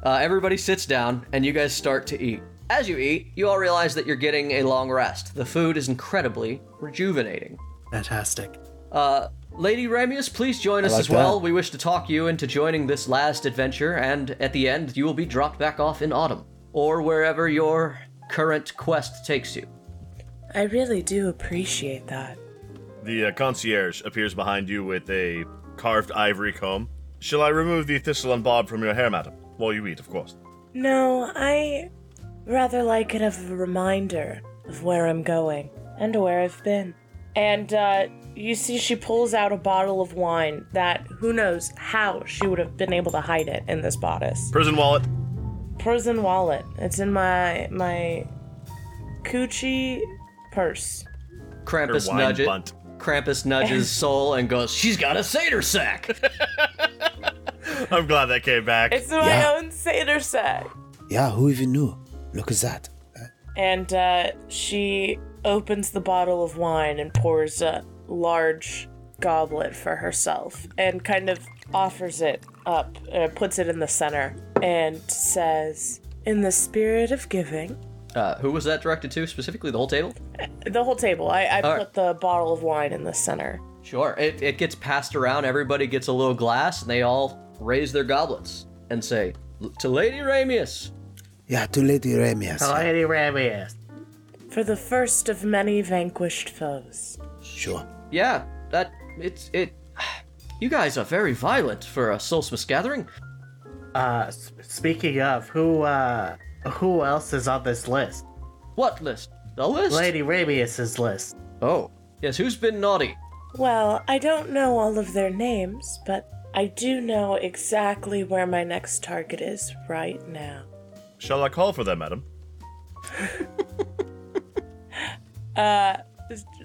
Uh, everybody sits down, and you guys start to eat. As you eat, you all realize that you're getting a long rest. The food is incredibly rejuvenating.
Fantastic.
Uh, Lady Ramius, please join us
like
as well.
that.
We wish to talk you into joining this last adventure, and at the end, you will be dropped back off in autumn, or wherever your current quest takes you.
I really do appreciate that.
The uh, concierge appears behind you with a carved ivory comb. Shall I remove the thistle and bob from your hair, madam? While you eat, of course.
No, I rather like it as a reminder of where I'm going and where I've been.
And uh, you see, she pulls out a bottle of wine that who knows how she would have been able to hide it in this bodice.
Prison wallet. (laughs)
Prison wallet. It's in my my coochie purse.
Krampus
wine
nudges.
bunt.
Krampus
(laughs)
nudges Soul and goes, "She's got a satyr sack."
I'm glad that came back.
It's my
Yeah.
own satyr sack.
Yeah, who even knew? Look at that.
And uh, she opens the bottle of wine and pours a large goblet for herself and kind of offers it up, uh, puts it in the center, and says, In the spirit of giving,
uh, who was that directed to specifically? The whole table.
the whole table, I, I
All
put the bottle of wine in the center.
Sure. It, it gets passed around. Everybody gets a little glass, and they all raise their goblets and say, To Lady Ramius.
Yeah, to Lady Ramias.
Lady Ramius.
For the first of many vanquished foes.
Sure.
Yeah, that. It's. It. (sighs) You guys are very violent for a solstice gathering.
Uh, s- speaking of, who uh, who else is on this list?
What list? The list?
Lady Ramius's list.
Oh. Yes, who's been naughty?
Well, I don't know all of their names, but I do know exactly where my next target is right now.
Shall I call for them, madam?
Uh,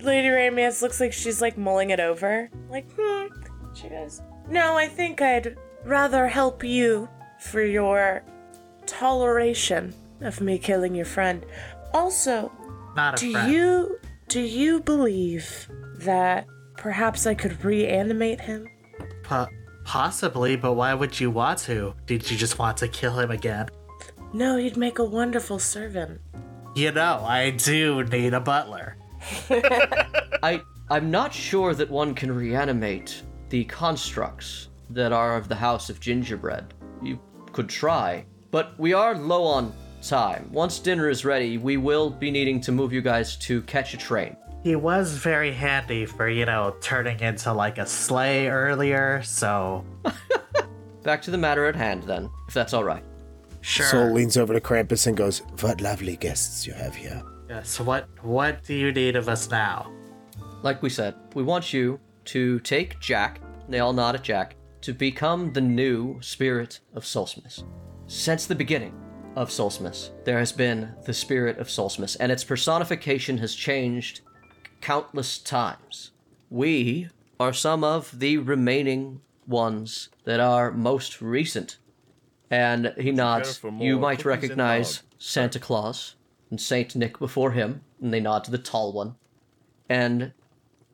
Lady Ramius looks like she's like mulling it over. Like, hmm. She goes, No, I think I'd rather help you for your toleration of me killing your friend. Also,
Not a
do
friend.
you do you believe that perhaps I could reanimate him?
Po- possibly, but why would you want to? Did you just want to kill him again?
No, he'd make a wonderful servant.
You know, I do need a butler.
I. I'm not sure that one can reanimate the constructs. that are of the House of Gingerbread. You could try, but we are low on time. Once dinner is ready, we will be needing to move you guys to catch a train.
He was very handy for, you know, turning into like a sleigh earlier, so.
Back to the matter at hand, then, if that's all right.
Sure.
Sol leans over to Krampus and goes, What lovely guests you have here.
Yes, what what do you need of us now?
Like we said, we want you to take Jack, they all nod at Jack, to become the new spirit of Solstice. Since the beginning of Solstice, there has been the spirit of Solstice, and its personification has changed countless times. We are some of the remaining ones that are most recent. And he nods,
for more
you might
cookies and
recognize Santa Claus and Saint Nick before him, and they nod to the tall one. And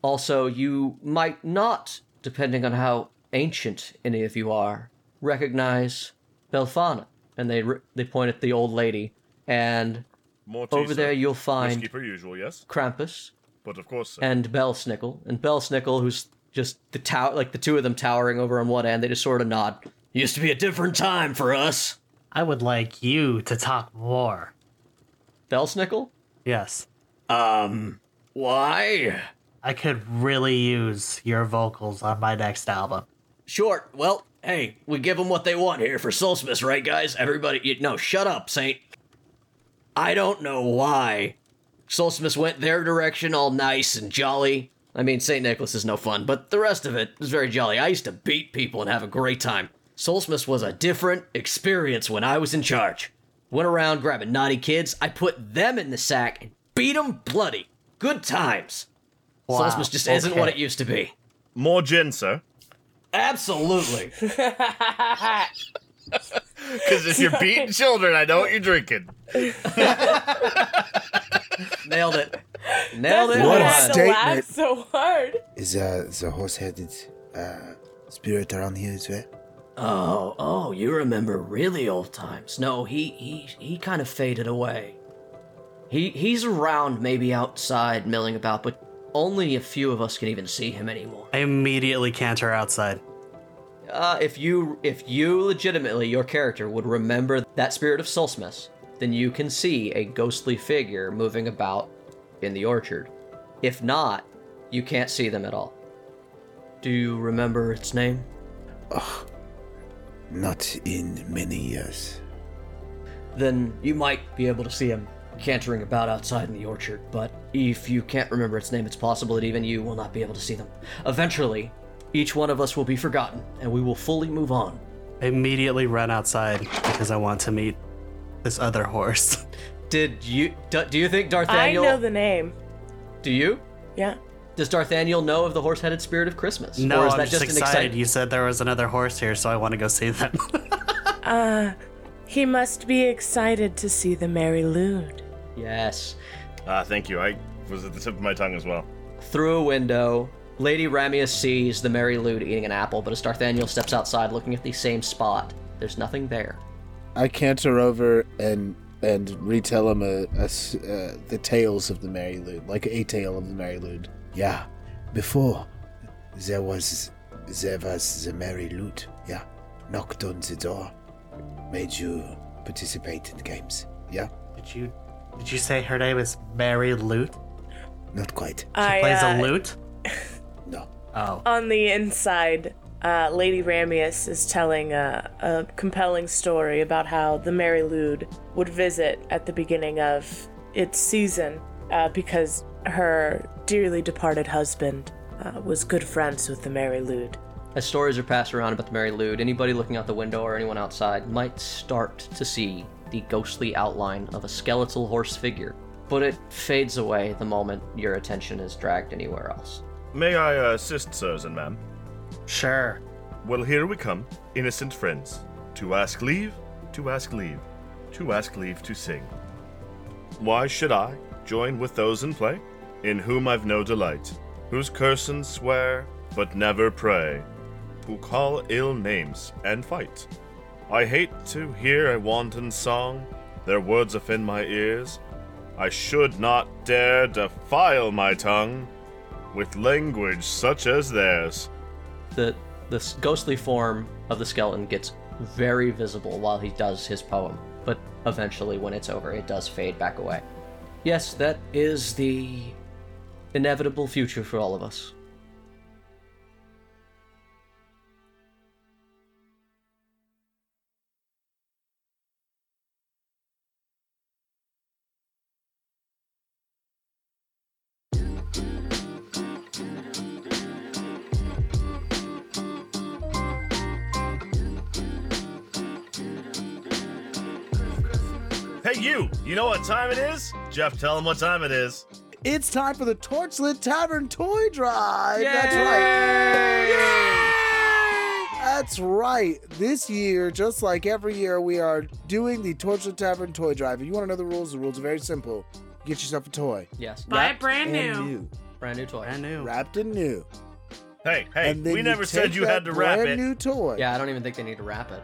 also, you might not, depending on how ancient any of you are, recognize Belfana. And they re- they point at the old lady, and
More
Over
tea,
there
sir.
you'll find-
Whiskey per usual, yes?
Krampus
But of course, sir.
and Belsnickel, and Belsnickel, who's just the tower, like the two of them towering over on one end, they just sort of nod. Used to be a different time for us.
I would like you to talk more.
Belsnickel,
Yes.
Um, why?
I could really use your vocals on my next album.
Short. Well, hey, we give them what they want here for Solstice, right, guys? Everybody, you, no, shut up, Saint. I don't know why Solstice went their direction all nice and jolly. I mean, St. Nicholas is no fun, but the rest of it is very jolly. I used to beat people and have a great time. Solstice was a different experience when I was in charge. Went around grabbing naughty kids, I put them in the sack and beat 'em bloody. Good times.
Wow,
Solstice just isn't
okay.
what it used to be.
more gin, sir.
Absolutely.
(laughs) Because if you're beating children, I know what you're drinking.
nailed it, nailed it.
What
I
a
had to laugh
statement.
so hard.
Is uh, the horse headed uh, spirit around here as well?
Oh, oh, you remember really old times. No, he he he kind of faded away.
He he's around, maybe outside milling about, but only a few of us can even see him anymore.
I immediately canter outside.
Uh, if you if you legitimately your character would remember that spirit of Solstice, then you can see a ghostly figure moving about in the orchard. If not, you can't see them at all. Do you remember its name?
Not in many years.
Then you might be able to see him cantering about outside in the orchard, but if you can't remember its name, it's possible that even you will not be able to see them. Eventually, each one of us will be forgotten, and we will fully move on.
I immediately run outside because I want to meet this
(laughs)
other horse.
Did you do, do you think
I
Darthaniel
know the name.
Do you?
Yeah.
Does Darthaniel know of the horse-headed spirit of Christmas?
No,
or is
I'm
that
just,
an
excited.
exciting?
You said there was another horse here, so I want to go see them. (laughs)
Uh,
Ah, he must be excited to see the Mary Lude.
Yes.
Ah, thank you. I was at the tip of my tongue as well.
Through a window, Lady Ramia sees the Mary Lude eating an apple, but as Darthaniel steps outside looking at the same spot, there's nothing there.
I canter over and and retell him a, a s- uh, the tales of the Mary Lude, like a tale of the Mary Lude.
Yeah, before there was there was the merry loot. Yeah, knocked on the door, made you participate in games. Yeah,
Did you did you say her name is Mary Lute? She
not quite.
I,
plays
uh,
a lute?
No.
Oh.
on the inside, uh, Lady Ramius is telling a, a compelling story about how the Mary Lude would visit at the beginning of its season uh, because her dearly departed husband uh, was good friends with the Mary Lude.
As stories are passed around about the Mary Lude, anybody looking out the window or anyone outside might start to see the ghostly outline of a skeletal horse figure, but it fades away the moment your attention is dragged anywhere else.
May I uh, assist, sirs and ma'am?
Sure.
Well, here we come, innocent friends, to ask leave, to ask leave, to ask leave to sing. Why should I join with those in play, in whom I've no delight, whose curse and swear, but never pray, who call ill names and fight? I hate to hear a wanton song, their words offend my ears. I should not dare defile my tongue with language such as theirs.
The This ghostly form of the skeleton gets very visible while he does his poem, but eventually, when it's over, it does fade back away. Yes, that is the inevitable future for all of us.
Hey, you! You know what time it is? Jeff, tell him what time it is.
It's time for the Torchlit Tavern Toy Drive. That's right. That's right. This year, just like every year, we are doing the Torchlit Tavern Toy Drive. If you want to know the rules, the rules are very simple. Get yourself a toy.
Yes,
Buy it
wrapped-
brand new.
And new.
brand new toy.
I knew.
Wrapped and new.
Hey, hey,
and then
we
you
never said
take
you had
that
to wrap
brand
it.
new toy.
Yeah, I don't even think they need to wrap it.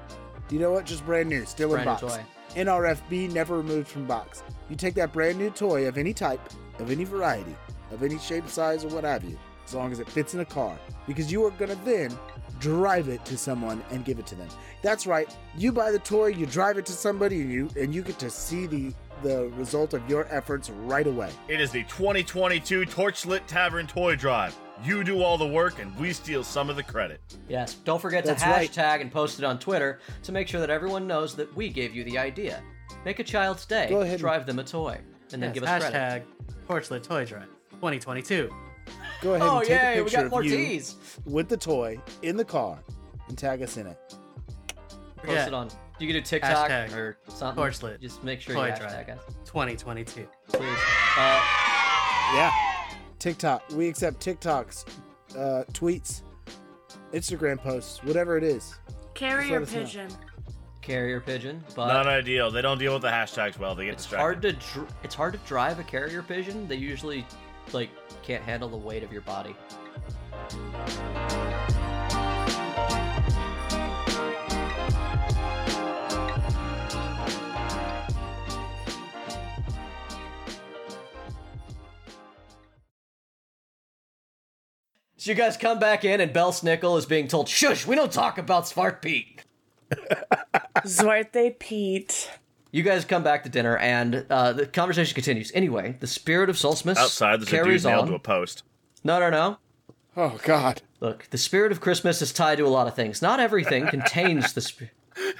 You know what? Just brand new, still in
Brand
box.
new toy.
NRFB never removed from box. You take that brand new toy of any type, of any variety, of any shape, size, or what have you, as long as it fits in a car, because you are gonna then drive it to someone and give it to them. That's right. You buy the toy, you drive it to somebody, and you and you get to see the the result of your efforts right away.
It is the 2022 Torchlit Tavern Toy Drive. You do all the work and we steal some of the credit.
Yes, don't forget
That's
to
right.
hashtag and post it on Twitter to make sure that everyone knows that we gave you the idea. Make a child's day,
Go ahead and-
drive them a toy, and then
Yes,
give us credit.
hashtag Torchlit Toy Drive 2022.
Go ahead
Oh
and take
yay,
a
we
picture
got
of
more
you
teas.
with the toy in the car and tag us in it.
Post
Yeah.
it on. You can do TikTok
Hashtag
or something.
Torchlit
Just make sure
Toy
you
Drive.
hashtag us,
2022.
please. Uh,
Yeah. TikTok. We accept TikToks, uh, tweets, Instagram posts, whatever it is.
Carrier
Just let us
pigeon.
carrier pigeon, but
Not ideal. They don't deal with the hashtags well. They get
Uh, it's
distracted.
hard to dr- it's hard to drive a carrier pigeon. They usually like can't handle the weight of your body. So you guys come back in, and Bell Snickle is being told, "Shush, we don't talk about Smart Pete."
Zwarte Pete.
You guys come back to dinner, and uh, the conversation continues. Anyway, the spirit of Solstice
Outside, there's a
carries
dude nailed
on.
to a post.
No, no, no.
Oh, God.
Look, the spirit of Christmas is tied to a lot of things. Not
(laughs)
everything contains the spirit.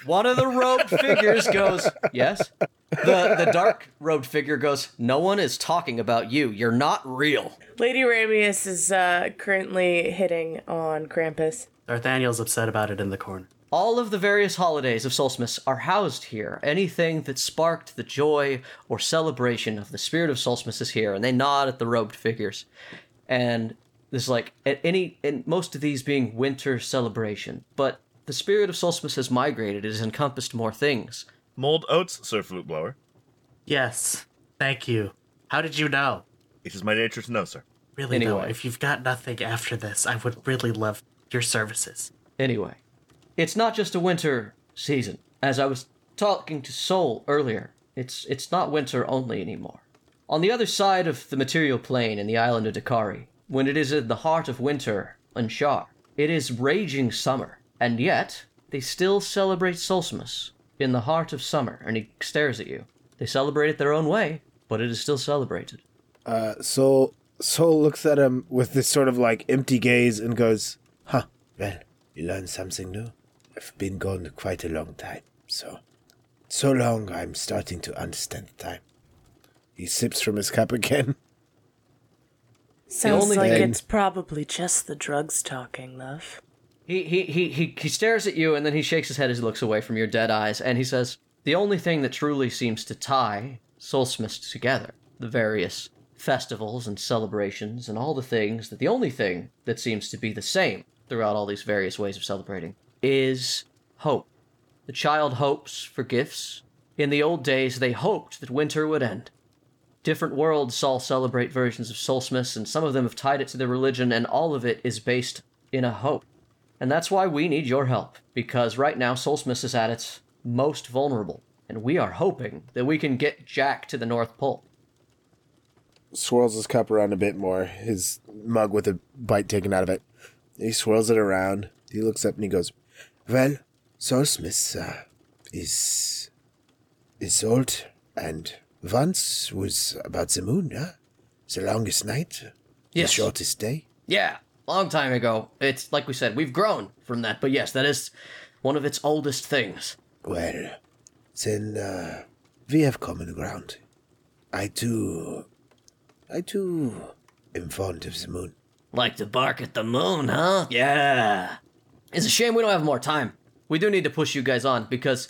One of the robed figures goes, "Yes." The the dark robed figure goes, "No one is talking about you. You're not real."
Lady Ramius is uh, currently hitting on Krampus.
Nathaniel's upset about it in the corner.
All of the various holidays of Solstice are housed here. Anything that sparked the joy or celebration of the spirit of Solstice is here, and they nod at the robed figures. And there's like at any and most of these being winter celebration, but the spirit of Solstice has migrated. It has encompassed more things.
Mold oats, Sir Flute Blower.
Yes. Thank you. How did you know?
It is my nature to know, sir.
Really though,
Anyway.
if you've got nothing after this, I would really love your services.
Anyway, it's not just a winter season. As I was talking to Soul earlier, it's it's not winter only anymore. On the other side of the material plane in the island of Dakari, when it is in the heart of winter and Shar, it is raging summer, and yet they still celebrate Solstice in the heart of summer. And he stares at you. They celebrate it their own way, but it is still celebrated.
Uh, Soul, Soul looks at him with this sort of like empty gaze and goes, huh.
Well, you learn something new. I've been gone quite a long time, so so long I'm starting to understand time.
He sips from his cup again.
Sounds
only
like
thing-
it's probably just the drugs talking, love.
He, he, he, he, he stares at you and then he shakes his head as he looks away from your dead eyes and he says, The only thing that truly seems to tie Soulsmiths together, the various festivals and celebrations and all the things, that the only thing that seems to be the same throughout all these various ways of celebrating is hope. The child hopes for gifts. In the old days, they hoped that winter would end. Different worlds all celebrate versions of Solstice, and some of them have tied it to their religion, and all of it is based in a hope. And that's why we need your help, because right now Solstice is at its most vulnerable, and we are hoping that we can get Jack to the North Pole.
Swirls his cup around a bit more, his mug with a bite taken out of it. He swirls it around,
He looks up and he goes, Well, Solsmith uh, is is old and once was about the moon, huh? The longest night,
Yes.
the shortest day.
Yeah, long time ago. It's like we said, we've grown from that. But yes, that is one of its oldest things.
Well, then uh, we have common ground. I too, I too am fond of the moon.
Like to bark at the moon, huh? Yeah. It's a shame we don't have more time. We do need to push you guys on because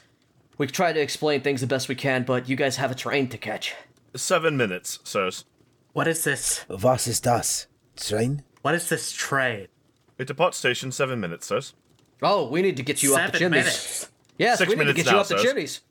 we try to explain things the best we can, but you guys have a train to catch.
Seven minutes, sirs.
What is this?
Was ist das? Train?
What is this train?
It departs station seven minutes, sirs.
Oh, we need to get you up the
Seven
chimneys.
minutes.
Yes,
Six
we need to
minutes
get
now,
you up the
sirs.
chimneys.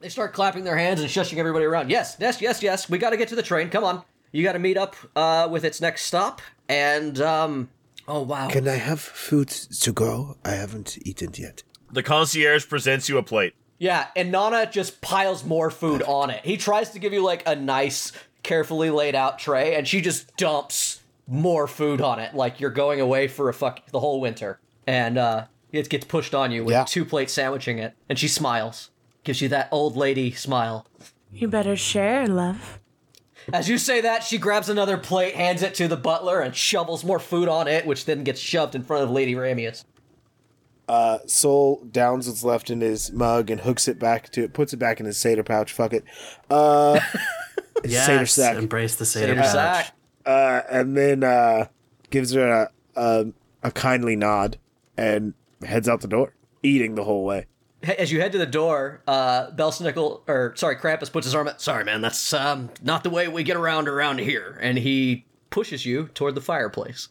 They start clapping their hands and shushing everybody around. Yes, yes, yes, yes. We got to get to the train. Come on. You got to meet up uh, with its next stop. And um, oh wow.
Can I have food to go? I haven't eaten yet.
The concierge presents you a plate.
Yeah, and Nana just piles more food on it. He tries to give you like a nice, carefully laid out tray, and she just dumps more food on it, like you're going away for a fuck the whole winter. And uh it gets pushed on you with
Yeah.
two plates sandwiching it, and she smiles. Gives you that old lady smile.
You better share, love.
As you say that, she grabs another plate, hands it to the butler, and shovels more food on it, which then gets shoved in front of Lady Ramius.
Uh, Soul downs what's left in his mug and hooks it back to it, puts it back in his satyr pouch. Fuck it.
(laughs)
Uh,
Yes,
satyr sack.
embrace the
Satyr
Seder pouch.
sack.
uh, and then uh, gives her a, a a kindly nod and heads out the door, eating the whole way.
H- As you head to the door, uh, Belsnickel, or sorry, Krampus puts his arm out.
Sorry, man. That's um, not the way we get around around here. And he pushes you toward the fireplace.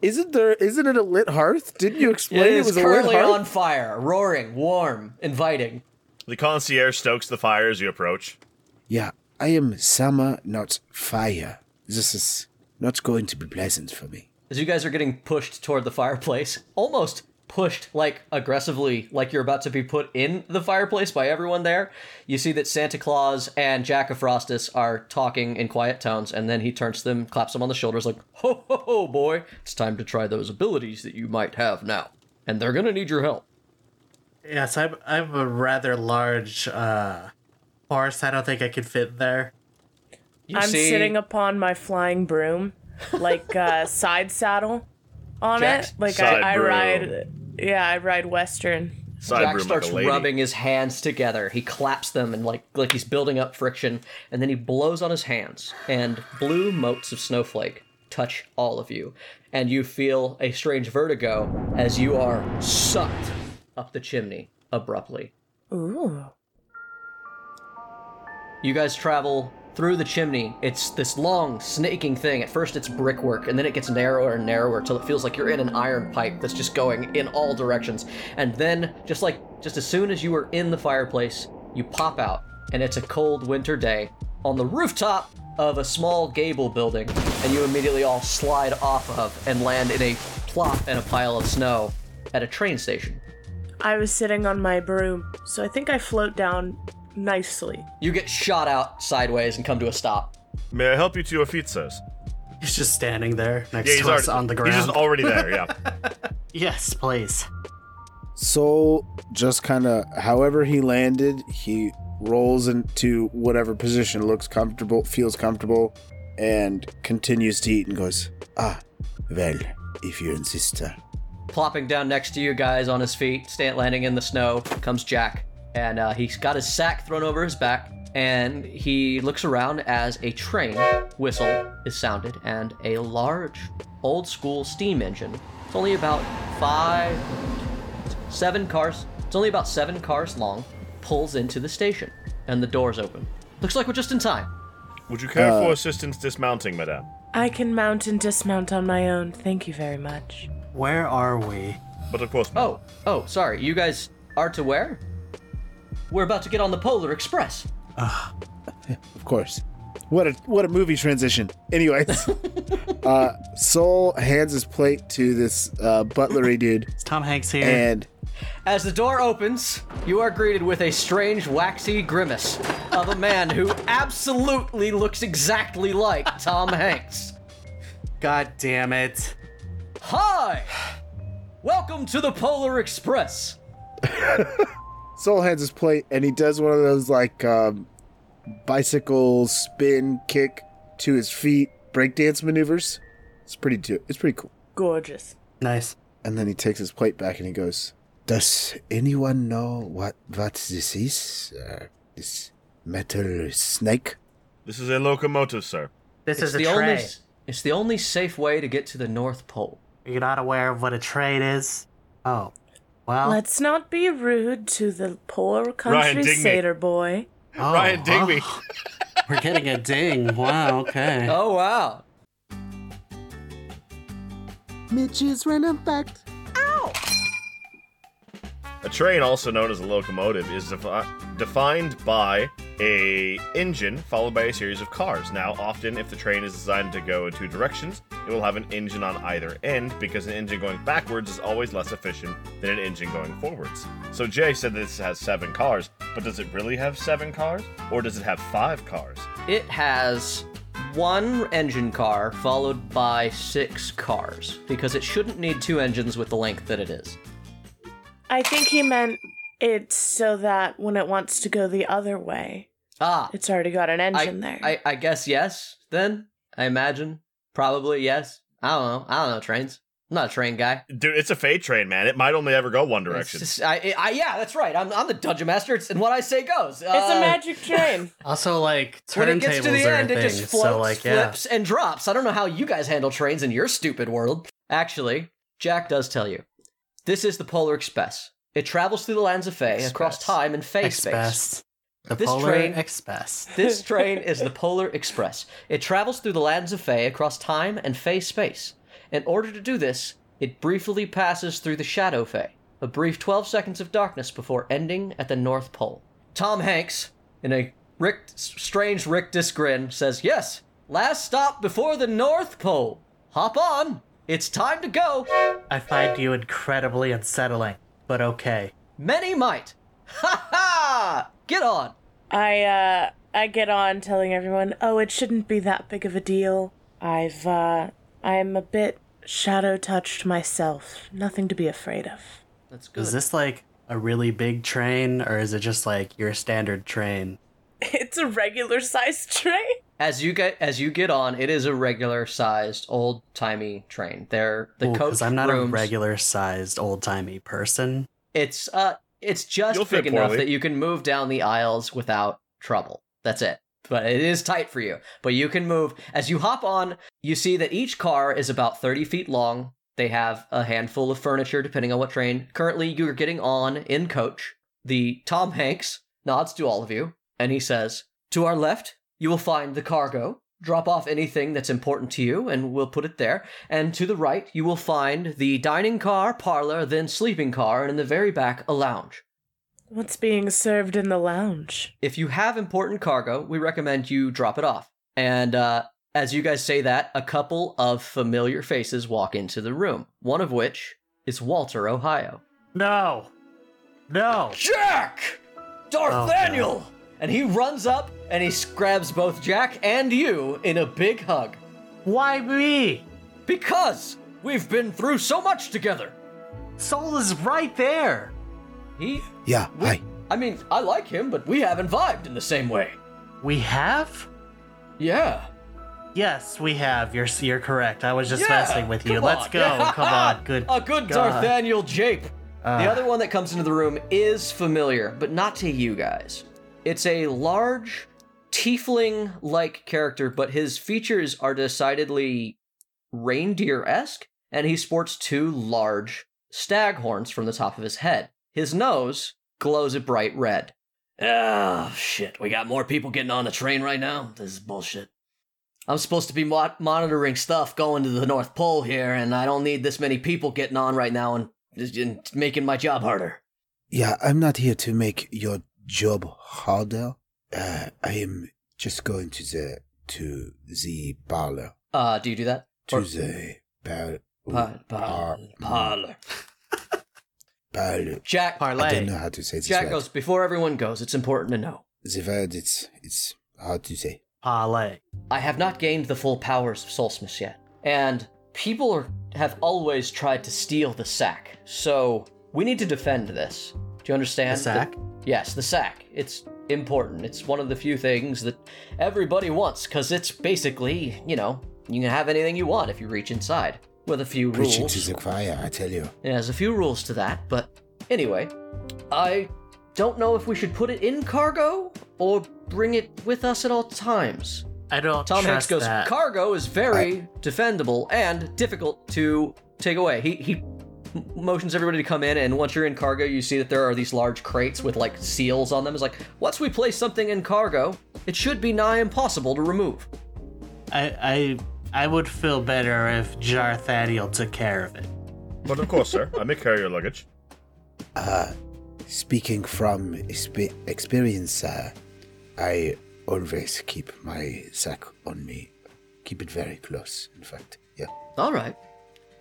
Isn't there? Isn't it a lit hearth? Didn't you explain
It
it,
is
was a lit
currently
hearth?
on fire, roaring, warm, inviting.
The concierge stokes the fire as you approach.
Yeah, I am summer, not fire. This is not going to be pleasant for me.
As you guys are getting pushed toward the fireplace, almost pushed like aggressively, like you're about to be put in the fireplace by everyone there, you see that Santa Claus and Jack Frostus are talking in quiet tones, and then he turns to them, claps them on the shoulders, like, ho, ho, ho, boy, it's time to try those abilities that you might have now. And they're gonna need your help.
Yes, I'm, I'm a rather large uh, horse. I don't think I could fit there.
You
I'm
see-
sitting upon my flying broom, like
(laughs)
uh, side saddle on
Jack's
it. Like
side
I, I
broom.
ride, yeah, I ride Western.
Side
Jack
room
starts
like a lady.
rubbing his hands together. He claps them and like like he's building up friction, and then he blows on his hands, and blue motes of snowflake touch all of you, and you feel a strange vertigo as you are sucked up the chimney abruptly.
Ooh.
You guys travel through the chimney. It's this long, snaking thing. At first, it's brickwork, and then it gets narrower and narrower till it feels like you're in an iron pipe that's just going in all directions. And then, just like, just as soon as you are in the fireplace, you pop out, and it's a cold winter day on the rooftop of a small gable building, and you immediately all slide off of and land in a plop and a pile of snow at a train station.
I was sitting on my broom, so I think I float down nicely.
You get shot out sideways and come to a stop.
May I help you to your feet, sirs?
He's just standing there next
Yeah, he's
to us
already
on the ground.
He's just already there.
(laughs)
Yeah.
yes, please.
Soul just kind of, however he landed, he rolls into whatever position looks comfortable, feels comfortable, and continues to eat and goes,
Ah, well, if you insist, uh,
plopping down next to you guys on his feet, stand landing in the snow, comes Jack. And uh, he's got his sack thrown over his back, and he looks around as a train whistle is sounded, and a large, old school steam engine. It's only about five, seven cars. It's only about seven cars long. Pulls into the station, and the doors open. Looks like we're just in time.
Would you care
Uh,
for assistance dismounting, madame?
I can mount and dismount on my own. Thank you very much.
Where are we?
But of course, not.
Oh, oh, sorry. You guys are to where? We're about to get on the Polar Express.
"Of course." What a what a movie transition. Anyways, uh, Soul hands his plate to this uh, butlery dude,
Is Tom Hanks here?
and
As the door opens, you are greeted with a strange, waxy grimace of a man who absolutely looks exactly like Tom Hanks.
God damn it.
Hi! Welcome to the Polar Express.
Soul hands his plate and he does one of those like um, bicycle spin kick to his feet breakdance maneuvers. It's pretty do- it's pretty cool.
Gorgeous.
Nice.
And then he takes his plate back and he goes,
Does anyone know what what this is? Uh, this metal snake?
This is a locomotive, sir.
This
It's
is a
the
tray.
only it's the only safe way to get to the North Pole.
You're not aware of what a trade is? Oh. Well,
Let's not be rude to the poor country
Digny.
satyr boy.
oh,
Ryan Digby.
wow. We're getting a ding. Wow, okay.
Oh wow.
Mitch's random fact.
A train, also known as a locomotive, is defi- defined by a engine followed by a series of cars. Now, often, if the train is designed to go in two directions, it will have an engine on either end because an engine going backwards is always less efficient than an engine going forwards. So Jay said this has seven cars, but does it really have seven cars, or does it have five cars?
It has one engine car followed by six cars because it shouldn't need two engines with the length that it is.
I think he meant it's so that when it wants to go the other way,
Ah,
it's already got an
I,
engine there.
I, I guess yes. Then I imagine probably yes. I don't know. I don't know trains. I'm not a train guy.
Dude, it's a fate train, man. It might only ever go one
It's
direction.
just- I, I, yeah, that's right. I'm, I'm the dungeon master, it's, and what I say goes. It's
it's a magic
(laughs)
train.
(laughs) Also, like
When it gets
turntables
to the
are
end,
a
it
thing.
just floats,
so, like, yeah.
flips, and drops. I don't know how you guys handle trains in your stupid world. Actually, Jack does tell you. This is the Polar Express. It travels through the lands of Fae, across
Express.
time and Fae space.
Express. The
This
Polar
train-
Express.
This train is the Polar Express. It travels through the lands of Fae across time and Fae space. In order to do this, it briefly passes through the Shadow Fae, a brief 12 seconds of darkness before ending at the North Pole. Tom Hanks, in a Rick, strange rictus grin, says, Yes, last stop before the North Pole. Hop on. It's time to go.
I find you incredibly unsettling, but okay.
Many might. Ha ha! Get on.
I uh I get on telling everyone, "Oh, it shouldn't be that big of a deal. I've uh I'm a bit shadow touched myself. Nothing to be afraid of." (laughs)
That's good.
Is this like a really big train, or is it just like your standard train?
It's a regular sized train.
As you get as you get on, it is a regular sized old timey train. There the coach
I'm not
rooms,
a regular sized old timey person.
It's uh it's just
You'll fit
big enough
poorly.
that you can move down the aisles without trouble. That's it. But it is tight for you. But you can move. As you hop on, you see that each car is about 30 feet long. They have a handful of furniture depending on what train. Currently, you're getting on in coach. The Tom Hanks nods to all of you and he says, To our left, you will find the cargo. Drop off anything that's important to you and we'll put it there. And to the right, you will find the dining car, parlor, then sleeping car, and in the very back, a lounge.
What's being served in the lounge?
If you have important cargo, we recommend you drop it off. And uh, as you guys say that, a couple of familiar faces walk into the room, one of which is Walter, Ohio.
No. No.
Jack! Darthaniel! and he runs up and he grabs both Jack and you in a big hug.
Why me?
Because we've been through so much together.
Soul is right there.
He.
Yeah,
we-
hi.
I mean, I like him, but we haven't vibed in the same way.
We have?
Yeah.
Yes, we have. You're you're correct. I was just
Yeah,
messing with you.
come
Let's
on.
go.
(laughs)
Come on. Good.
A good
God.
Darthaniel jape.
Ah.
the other one that comes into the room is familiar, but not to you guys. It's a large tiefling like character, but his features are decidedly reindeer esque, and he sports two large stag horns from the top of his head. His nose glows a bright red.
Oh, shit. We got more people getting on the train right now. This is bullshit.
I'm supposed to be mo- monitoring stuff going to the North Pole here, and I don't need this many people getting on right now and, and making my job harder.
Yeah, I'm not here to make your job harder. Uh, I am just going to the to the parlor
Uh, do you do that?
to
Or-
the par-
Par- par-
Parlor.
parlor.
Jack,
I don't know
Parlay.
how to say this
Jack
word.
goes, before everyone goes, it's important to know.
The word it's it's hard to say.
Parlay.
I have not gained the full powers of Solstice yet, and people are, have always tried to steal the sack, so we need to defend this. Do you understand?
The sack?
yes, the sack. It's important. It's one of the few things that everybody wants, because it's basically, you know, you can have anything you want if you reach inside. With a few
Preaching
rules.
to the choir, I tell you.
It has a few rules to that, but anyway, I don't know if we should put it in cargo or bring it with us at all times.
I don't
Tom Hanks
trust
goes,
that.
cargo is very defendable and difficult to take away. He he m- motions everybody to come in, and once you're in cargo, you see that there are these large crates with like seals on them. It's like once we place something in cargo, it should be nigh impossible to remove.
I, I, I would feel better if Jar Thadiel took care of it.
But of course, sir, I may carry your luggage.
Uh, speaking from expe- experience, uh, I always keep my sack on me. Keep it very close, in fact. Yeah.
All right.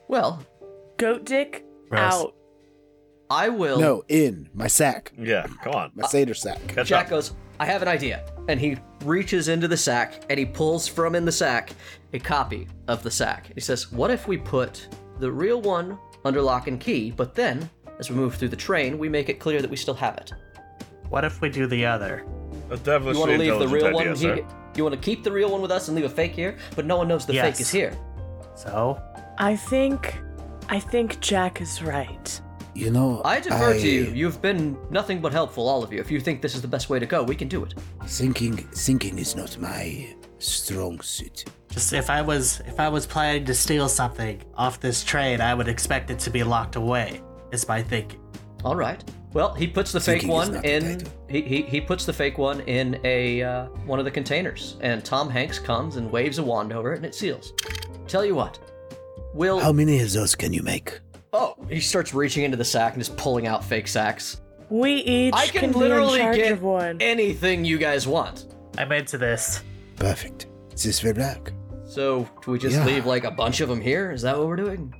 Well,
Goat dick
Rest.
out.
I will.
No, in my sack.
Yeah, come on.
My Seder sack.
Catch
Jack
up.
goes, I have an idea. And he reaches into the sack and he pulls from in the sack a copy of the sack. He says, What if we put the real one under lock and key, but then, as we move through the train, we make it clear that we still have it?
What if we do the other?
A devilishly
You want to leave the
intelligent
real
idea,
one
sir.
here? You want to keep the real one with us and leave a fake here? But no one knows the
Yes.
fake is here.
So
I think, I think Jack is right.
You know,
I defer to you.
I-
You've been nothing but helpful, all of you. If you think this is the best way to go, we can do it.
Thinking, thinking is not my strong suit.
just if I was if I was planning to steal something off this train, I would expect it to be locked away. Is my thinking.
All right. Well, he puts the fake
Thinking is
one
not the
in.
title.
He, he, he puts the fake one in a uh, one of the containers, and Tom Hanks comes and waves a wand over it, and it seals. Tell you what, we'll.
How many of those can you make?
oh, he starts reaching into the sack and just pulling out fake sacks.
We each
I can,
be in
literally
charge
get
of one.
anything you guys want.
I'm into this.
Perfect. This for black?
So do we just
Yeah.
leave like a bunch of them here? Is that what we're doing?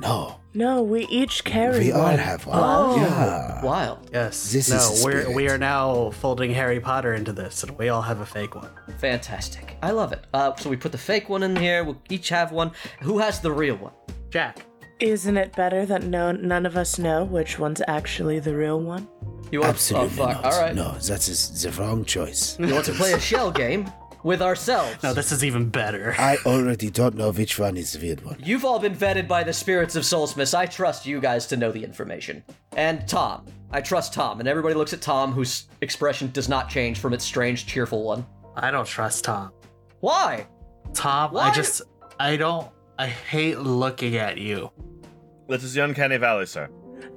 No,
no, we each carry
we all
one.
have one.
Oh.
Oh.
Yeah.
Wild.
Yes.
This is
no,
the
we're we
spirit.
are now folding Harry Potter into this, and we all have a fake one.
Fantastic. I love it. Uh, so we put the fake one in here. We'll each have one. Who has the real one?
Jack.
Isn't it better that no, none of us know which one's actually the real one?
You want?
Absolutely
oh fuck!
not.
All right.
No, that is the
(laughs)
wrong choice.
You want to play a shell game with ourselves.
No, this is even better. (laughs)
I already don't know which one is the weird one.
You've all been vetted by the spirits of Soulsmiths. I trust you guys to know the information. And Tom. I trust Tom. And everybody looks at Tom, whose expression does not change from its strange, cheerful one.
I don't trust Tom.
Why?
Tom,
Why?
I just I don't I hate looking at you.
This is the uncanny valley, sir.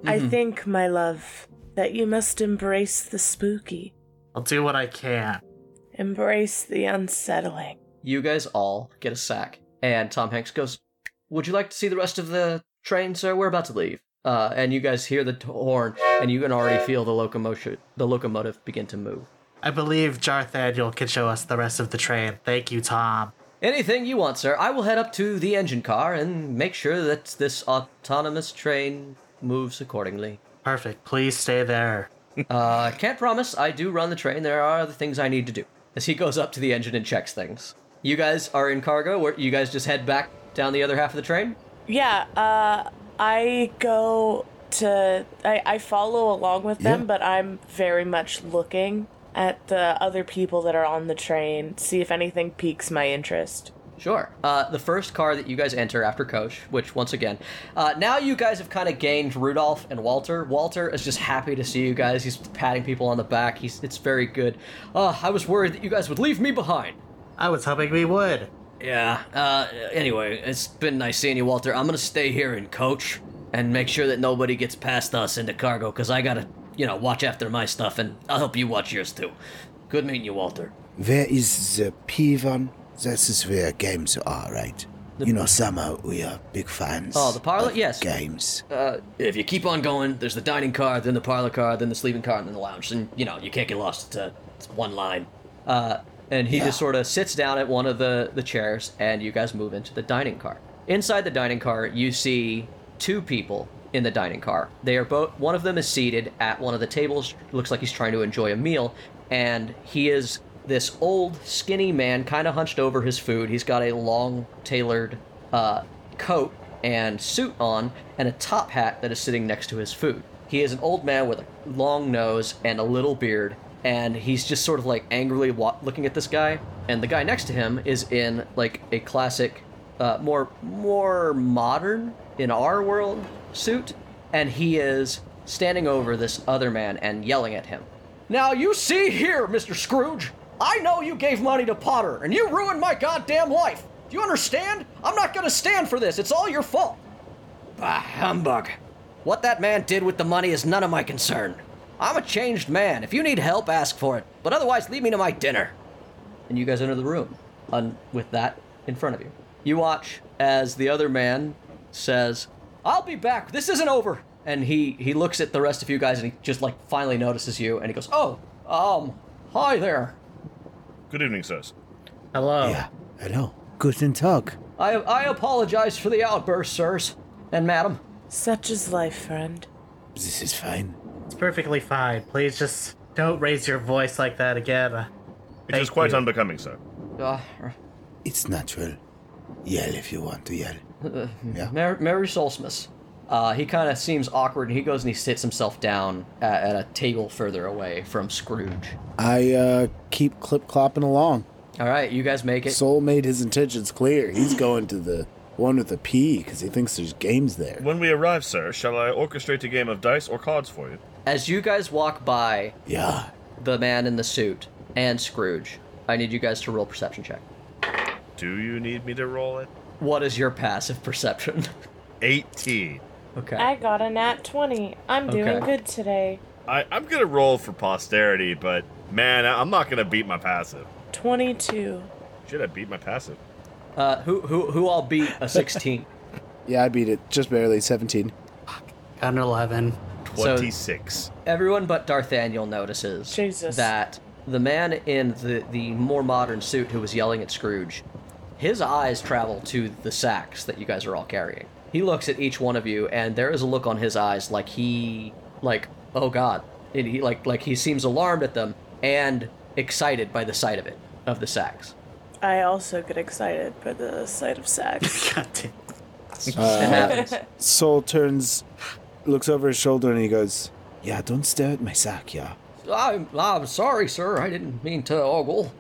I think, my love, that you must embrace the spooky,
I'll do what I can.
embrace the unsettling.
You guys all get a sack. And Tom Hanks goes, Would you like to see the rest of the train, sir? We're about to leave. Uh, and you guys hear the t- horn, and you can already feel the locomotion, the locomotive begin to move.
I believe Jarthaniel can show us the rest of the train. Thank you, Tom.
Anything you want, sir. I will head up to the engine car and make sure that this autonomous train moves accordingly.
Perfect. Please stay there.
Uh, can't promise. I do run the train. There are other things I need to do. As he goes up to the engine and checks things. You guys are in cargo. Where you guys just head back down the other half of the train?
Yeah, uh, I go to. I, I follow along with them,
Yeah.
but I'm very much looking at the other people that are on the train, see if anything piques my interest.
Sure. Uh, the first car that you guys enter after Coach, which once again, uh, now you guys have kind of gained Rudolph and Walter. Walter is just happy to see you guys. He's patting people on the back. He's it's very good. Uh, I was worried that you guys would leave me behind.
I was hoping we would.
Yeah. Uh, anyway, it's been nice seeing you, Walter. I'm gonna stay here and coach and make sure that nobody gets past us into cargo, cause I gotta, you know, watch after my stuff, and I'll help you watch yours too. Good meeting you, Walter.
Where is the P1? This is where games are, right? you know, summer we are big fans.
Oh, the parlor?
of
Yes. Oh.
Games.
If you keep on going, there's the dining car, then the parlor car, then the sleeping car, and then the lounge. And, you know, you can't get lost. It's, uh, it's one line.
Uh, and he just sort of sits down at one of the, the chairs, and you guys move into the dining car. Inside the dining car, you see two people in the dining car. They are both, one of them is seated at one of the tables, looks like he's trying to enjoy a meal, and he is this old, skinny man, kind of hunched over his food. He's got a long, tailored uh, coat and suit on and a top hat that is sitting next to his food. He is an old man with a long nose and a little beard, and he's just sort of like angrily wa- looking at this guy. And the guy next to him is in like a classic, uh, more more modern in our world suit, and he is standing over this other man and yelling at him. Now you see here, Mr. Scrooge. I know you gave money to Potter, and you ruined my goddamn life. Do you understand? I'm not gonna stand for this. It's all your fault.
Bah, humbug. What that man did with the money is none of my concern. I'm a changed man. If you need help, ask for it. But otherwise, leave me to my dinner.
and you guys enter the room un- with that in front of you. You watch as the other man says, "I'll be back. This isn't over." And he he looks at the rest of you guys and he just like finally notices you and he goes, "Oh, um, hi there.
Good evening, sirs.
Hello.
Hello. Guten Tag.
I I apologize for the outburst, sirs and madam.
Such is life, friend.
This is fine.
It's perfectly fine. Please just don't raise your voice like that again. It
It is quite unbecoming, sir.
Uh,
It's natural. Yell if you want to yell.
uh,
Yeah.
Mer- Merry Solstice." Uh, he kind of seems awkward and he goes and he sits himself down at, at a table further away from Scrooge.
I uh, keep clip clopping along.
All right, you guys make it.
Soul made his intentions clear. He's going to the one with the P because he thinks there's games there.
When we arrive, sir, shall I orchestrate a game of dice or cards for you?
As you guys walk by
Yeah.
the man in the suit and Scrooge, I need you guys to roll perception check.
Do you need me to roll it?
What is your passive perception? (laughs)
18.
okay.
I got a nat 20. I'm doing
Okay.
good today.
I, I'm gonna roll for posterity, but man, I, I'm not gonna beat my passive.
22.
Should I beat my passive?
Uh, who who who all beat a 16?
Yeah, I beat it just barely. 17.
Got an 11.
26.
(laughs) Everyone but Darthaniel notices
Jesus.
that the man in the, the more modern suit who was yelling at Scrooge, his eyes travel to the sacks that you guys are all carrying. He looks at each one of you, and there is a look on his eyes like he, like, oh god, and he like like he seems alarmed at them and excited by the sight of it of the sacks.
I also get excited by the sight of sex.
God damn.
it happens. (laughs)
Soul turns, looks over his shoulder, and he goes, Yeah, don't stare at my sack, yeah.
I'm, I'm sorry, sir. I didn't mean to ogle.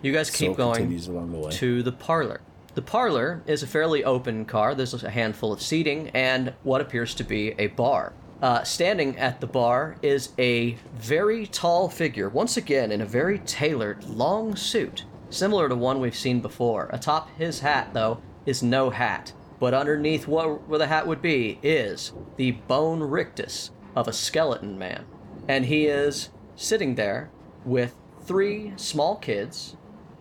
You guys keep
Soul
going.
continues along the way.
to the parlor. The parlor is a fairly open car. There's a handful of seating and what appears to be a bar. Uh, standing at the bar is a very tall figure, once again in a very tailored long suit, similar to one we've seen before. Atop his hat, though, is no hat, but underneath what where the hat would be is the bone rictus of a skeleton man, and he is sitting there with three small kids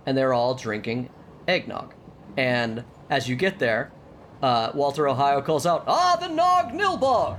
and they're all drinking eggnog. And as you get there, uh, Walter Ohio calls out, "Ah, the Nog Nil Bar!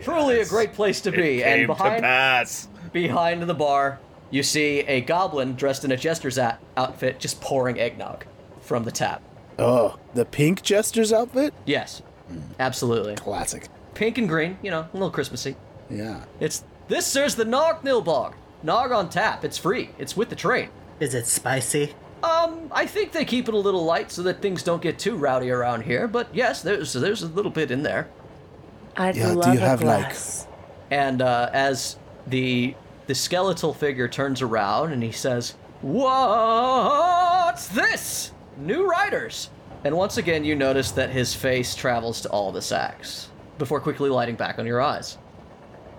Truly a great place to be."
It
and
came to
behind
pass.
behind the bar, you see a goblin dressed in a jester's at- outfit just pouring eggnog from the tap.
Oh, the pink jester's outfit?
Yes,
Hmm.
absolutely.
Classic.
Pink and green, you know, a little Christmassy.
Yeah.
It's this sir's the Nog Nil Bar. Nog on tap. It's free. It's with the train.
Is it spicy?
Um, I think they keep it a little light so that things don't get too rowdy around here. But yes, there's there's a little bit in there.
(laughs) I'd
Yeah, do
love
you
a
have, like-
glass.
And uh, as the the skeletal figure turns around and he says, "What's this? New riders!" And once again, you notice that his face travels to all the sacks before quickly lighting back on your eyes.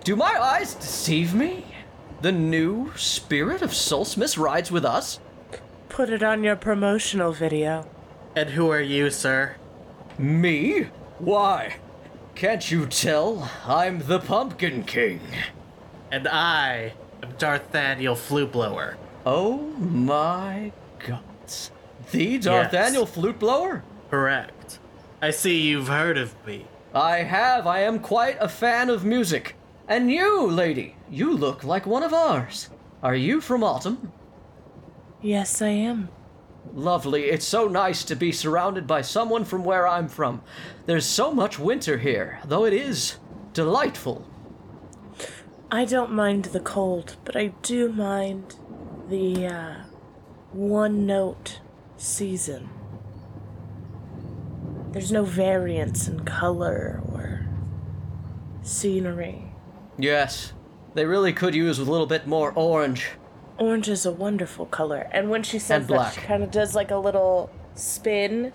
Do my eyes deceive me? The new spirit of Solstice rides with us.
Put it on your promotional video.
And who are you, sir?
Me? Why? Can't you tell? I'm the Pumpkin King.
And I am Darthaniel Flublower.
Oh my god. The Darthaniel flute blower?
Correct. I see you've heard of me.
I have. I am quite a fan of music. And you, lady, you look like one of ours. Are you from Autumn?
Yes, I am.
Lovely. It's so nice to be surrounded by someone from where I'm from. There's so much winter here, though it is delightful.
I don't mind the cold, but I do mind the uh, one note season.
There's no variance in color or scenery.
Yes, they really could use a little bit more orange.
Orange is a wonderful color. And when she says
And
that, she
black.
kind of does like a little spin.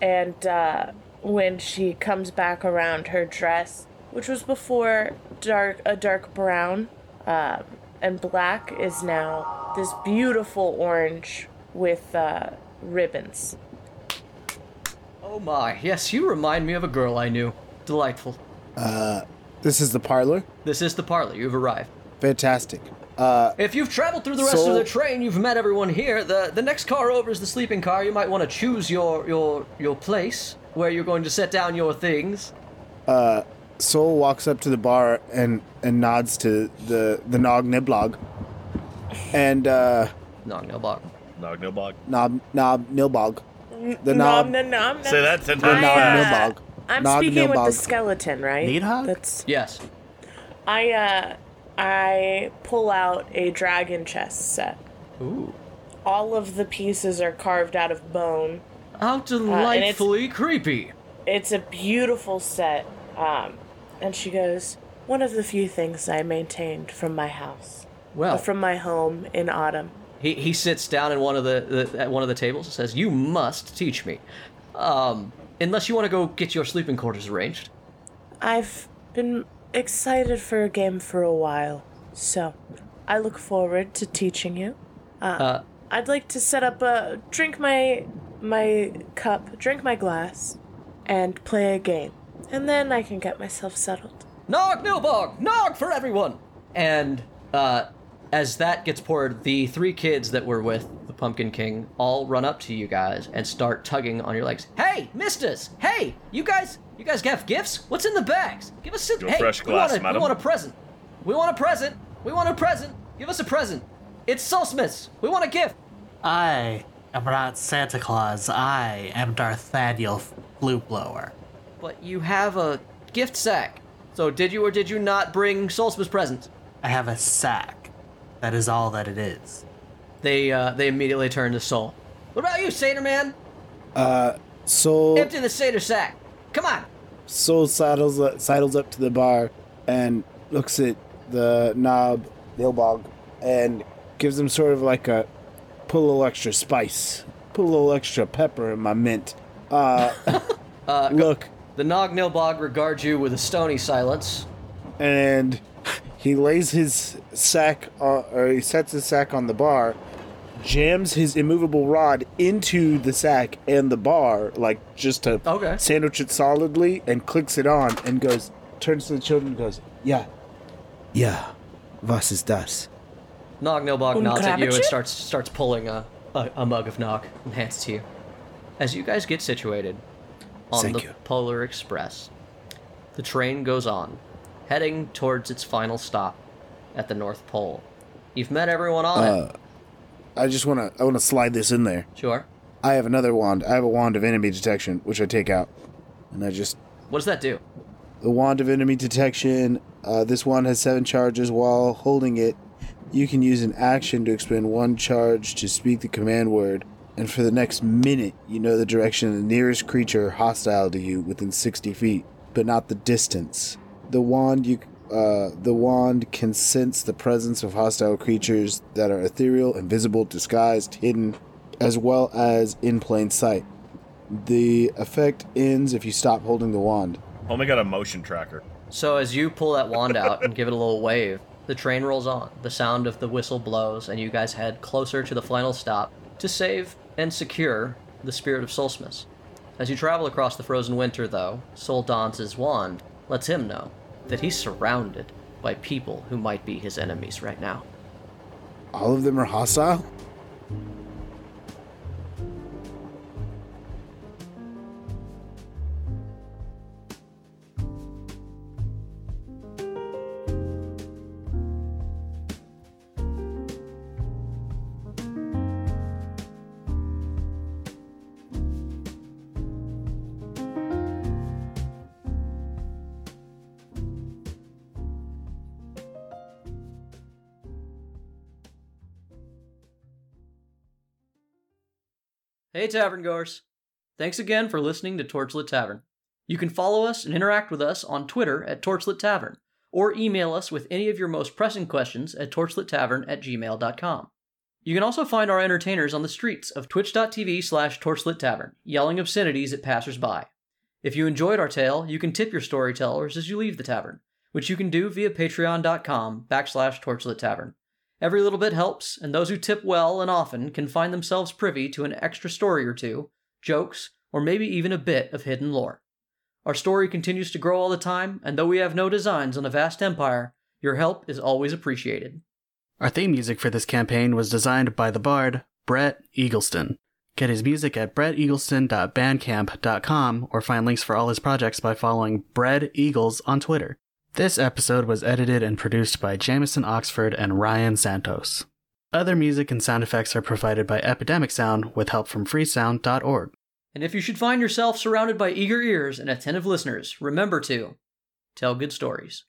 And uh, when she comes back around her dress, which was before dark a dark brown uh, and black, is now this beautiful orange with uh, ribbons.
Oh my, yes, you remind me of a girl I knew. Delightful.
Uh, this is the parlor.
This is the parlor. You've arrived.
Fantastic. Uh,
If you've traveled through the rest
So-
of the train, you've met everyone here. the The next car over is the sleeping car. You might want to choose your your your place where you're going to set down your things.
uh, Soul walks up to the bar and, and nods to the the Nog Niblog, and uh,
Nog Nilbog.
Nog no bog.
Nob Nob Nilbog. The
nom,
Nob
nom, nom, nom.
Say that ten
the
times
Nog
fast.
Nilbog.
I'm
Nog
speaking with the
Nilbog.
skeleton, right?
Needhog?
That's
Yes.
I uh I pull out a dragon chest set.
Ooh.
All of the pieces are carved out of bone.
How delightfully creepy.
It's a beautiful set. Um, and she goes, one of the few things I maintained from my house,
Well,
from my home in autumn.
he, he sits down in one of the, the at one of the tables and says, "You must teach me, um, unless you want to go get your sleeping quarters arranged."
I've been excited for a game for a while, so I look forward to teaching you.
Uh,
I'd like to set up a drink my my cup, drink my glass, and play a game, and then I can get myself settled.
Nog Nilbog, Nog for everyone. And uh, as that gets poured, the three kids that were with the Pumpkin King all run up to you guys and start tugging on your legs. Hey, misters! Hey, you guys, you guys have gifts? What's in the bags? Give us some.
Your
hey,
fresh
we
glass,
want a,
madam."
We want a present. We want a present. We want a present. Give us a present. It's Solstice. We want a gift.
I am not Santa Claus. I am Darth Thadiel Flute Blower.
But you have a gift sack. So did you or did you not bring Solstice presents?
I have a sack. That is all that it is.
They uh, they immediately turn to Soul. What about you, Satyr man?
Uh, Soul
Empty the satyr sack. Come on.
Soul sidles up, sidles up to the bar and looks at the Nob Nilbog and gives him sort of like a put a little extra spice, put a little extra pepper in my mint. Uh, look,
The Nog Nilbog regards you with a stony silence.
and he lays his sack on, or he sets his sack on the bar, jams his immovable rod into the sack and the bar, like just to
Okay.
sandwich it solidly, and clicks it on, and goes turns to the children and goes, "Yeah,
Yeah, was ist das?
Nog Nilbog
Um,
nods at you and
Krabbitje?
starts starts pulling a, a, a mug of Nog and hands it to you. As you guys get situated on
Thank
the
you.
Polar Express, the train goes on, heading towards its final stop at the North Pole. You've met everyone on it.
I just wanna I wanna slide this in there.
Sure.
I have another wand. I have a wand of enemy detection, which I take out, and I just
What does that do?
The wand of enemy detection. Uh, this wand has seven charges. While holding it, you can use an action to expend one charge to speak the command word, and for the next minute, you know the direction of the nearest creature hostile to you within 60 feet, but not the distance. The wand you uh, the wand can sense the presence of hostile creatures that are ethereal, invisible, disguised, hidden, as well as in plain sight. The effect ends if you stop holding the wand.
Oh my god, a motion tracker.
So as you pull that wand out and give it a little wave, the train rolls on. The sound of the whistle blows, and you guys head closer to the final stop to save and secure the spirit of Solstice. As you travel across the frozen winter, though, Sol dons his wand, lets him know that he's surrounded by people who might be his enemies right now.
All of them are hostile?
Hey, tavern goers! Thanks again for listening to Torchlit Tavern. You can follow us and interact with us on Twitter at Torchlit Tavern, or email us with any of your most pressing questions at torchlittavern at gmail.com. You can also find our entertainers on the streets of twitch.tv slash torchlittavern, yelling obscenities at passersby. If you enjoyed our tale, you can tip your storytellers as you leave the tavern, which you can do via patreon.com backslash torchlittavern. Every little bit helps, and those who tip well and often can find themselves privy to an extra story or two, jokes, or maybe even a bit of hidden lore. Our story continues to grow all the time, and though we have no designs on a vast empire, your help is always appreciated.
Our theme music for this campaign was designed by the bard Brett Eagleston. Get his music at bretteagleson.bandcamp.com or find links for all his projects by following Brett Eagles on Twitter. This episode was edited and produced by Jamison Oxford and Ryan Santos. Other music and sound effects are provided by Epidemic Sound with help from freesound.org.
And if you should find yourself surrounded by eager ears and attentive listeners, remember to tell good stories.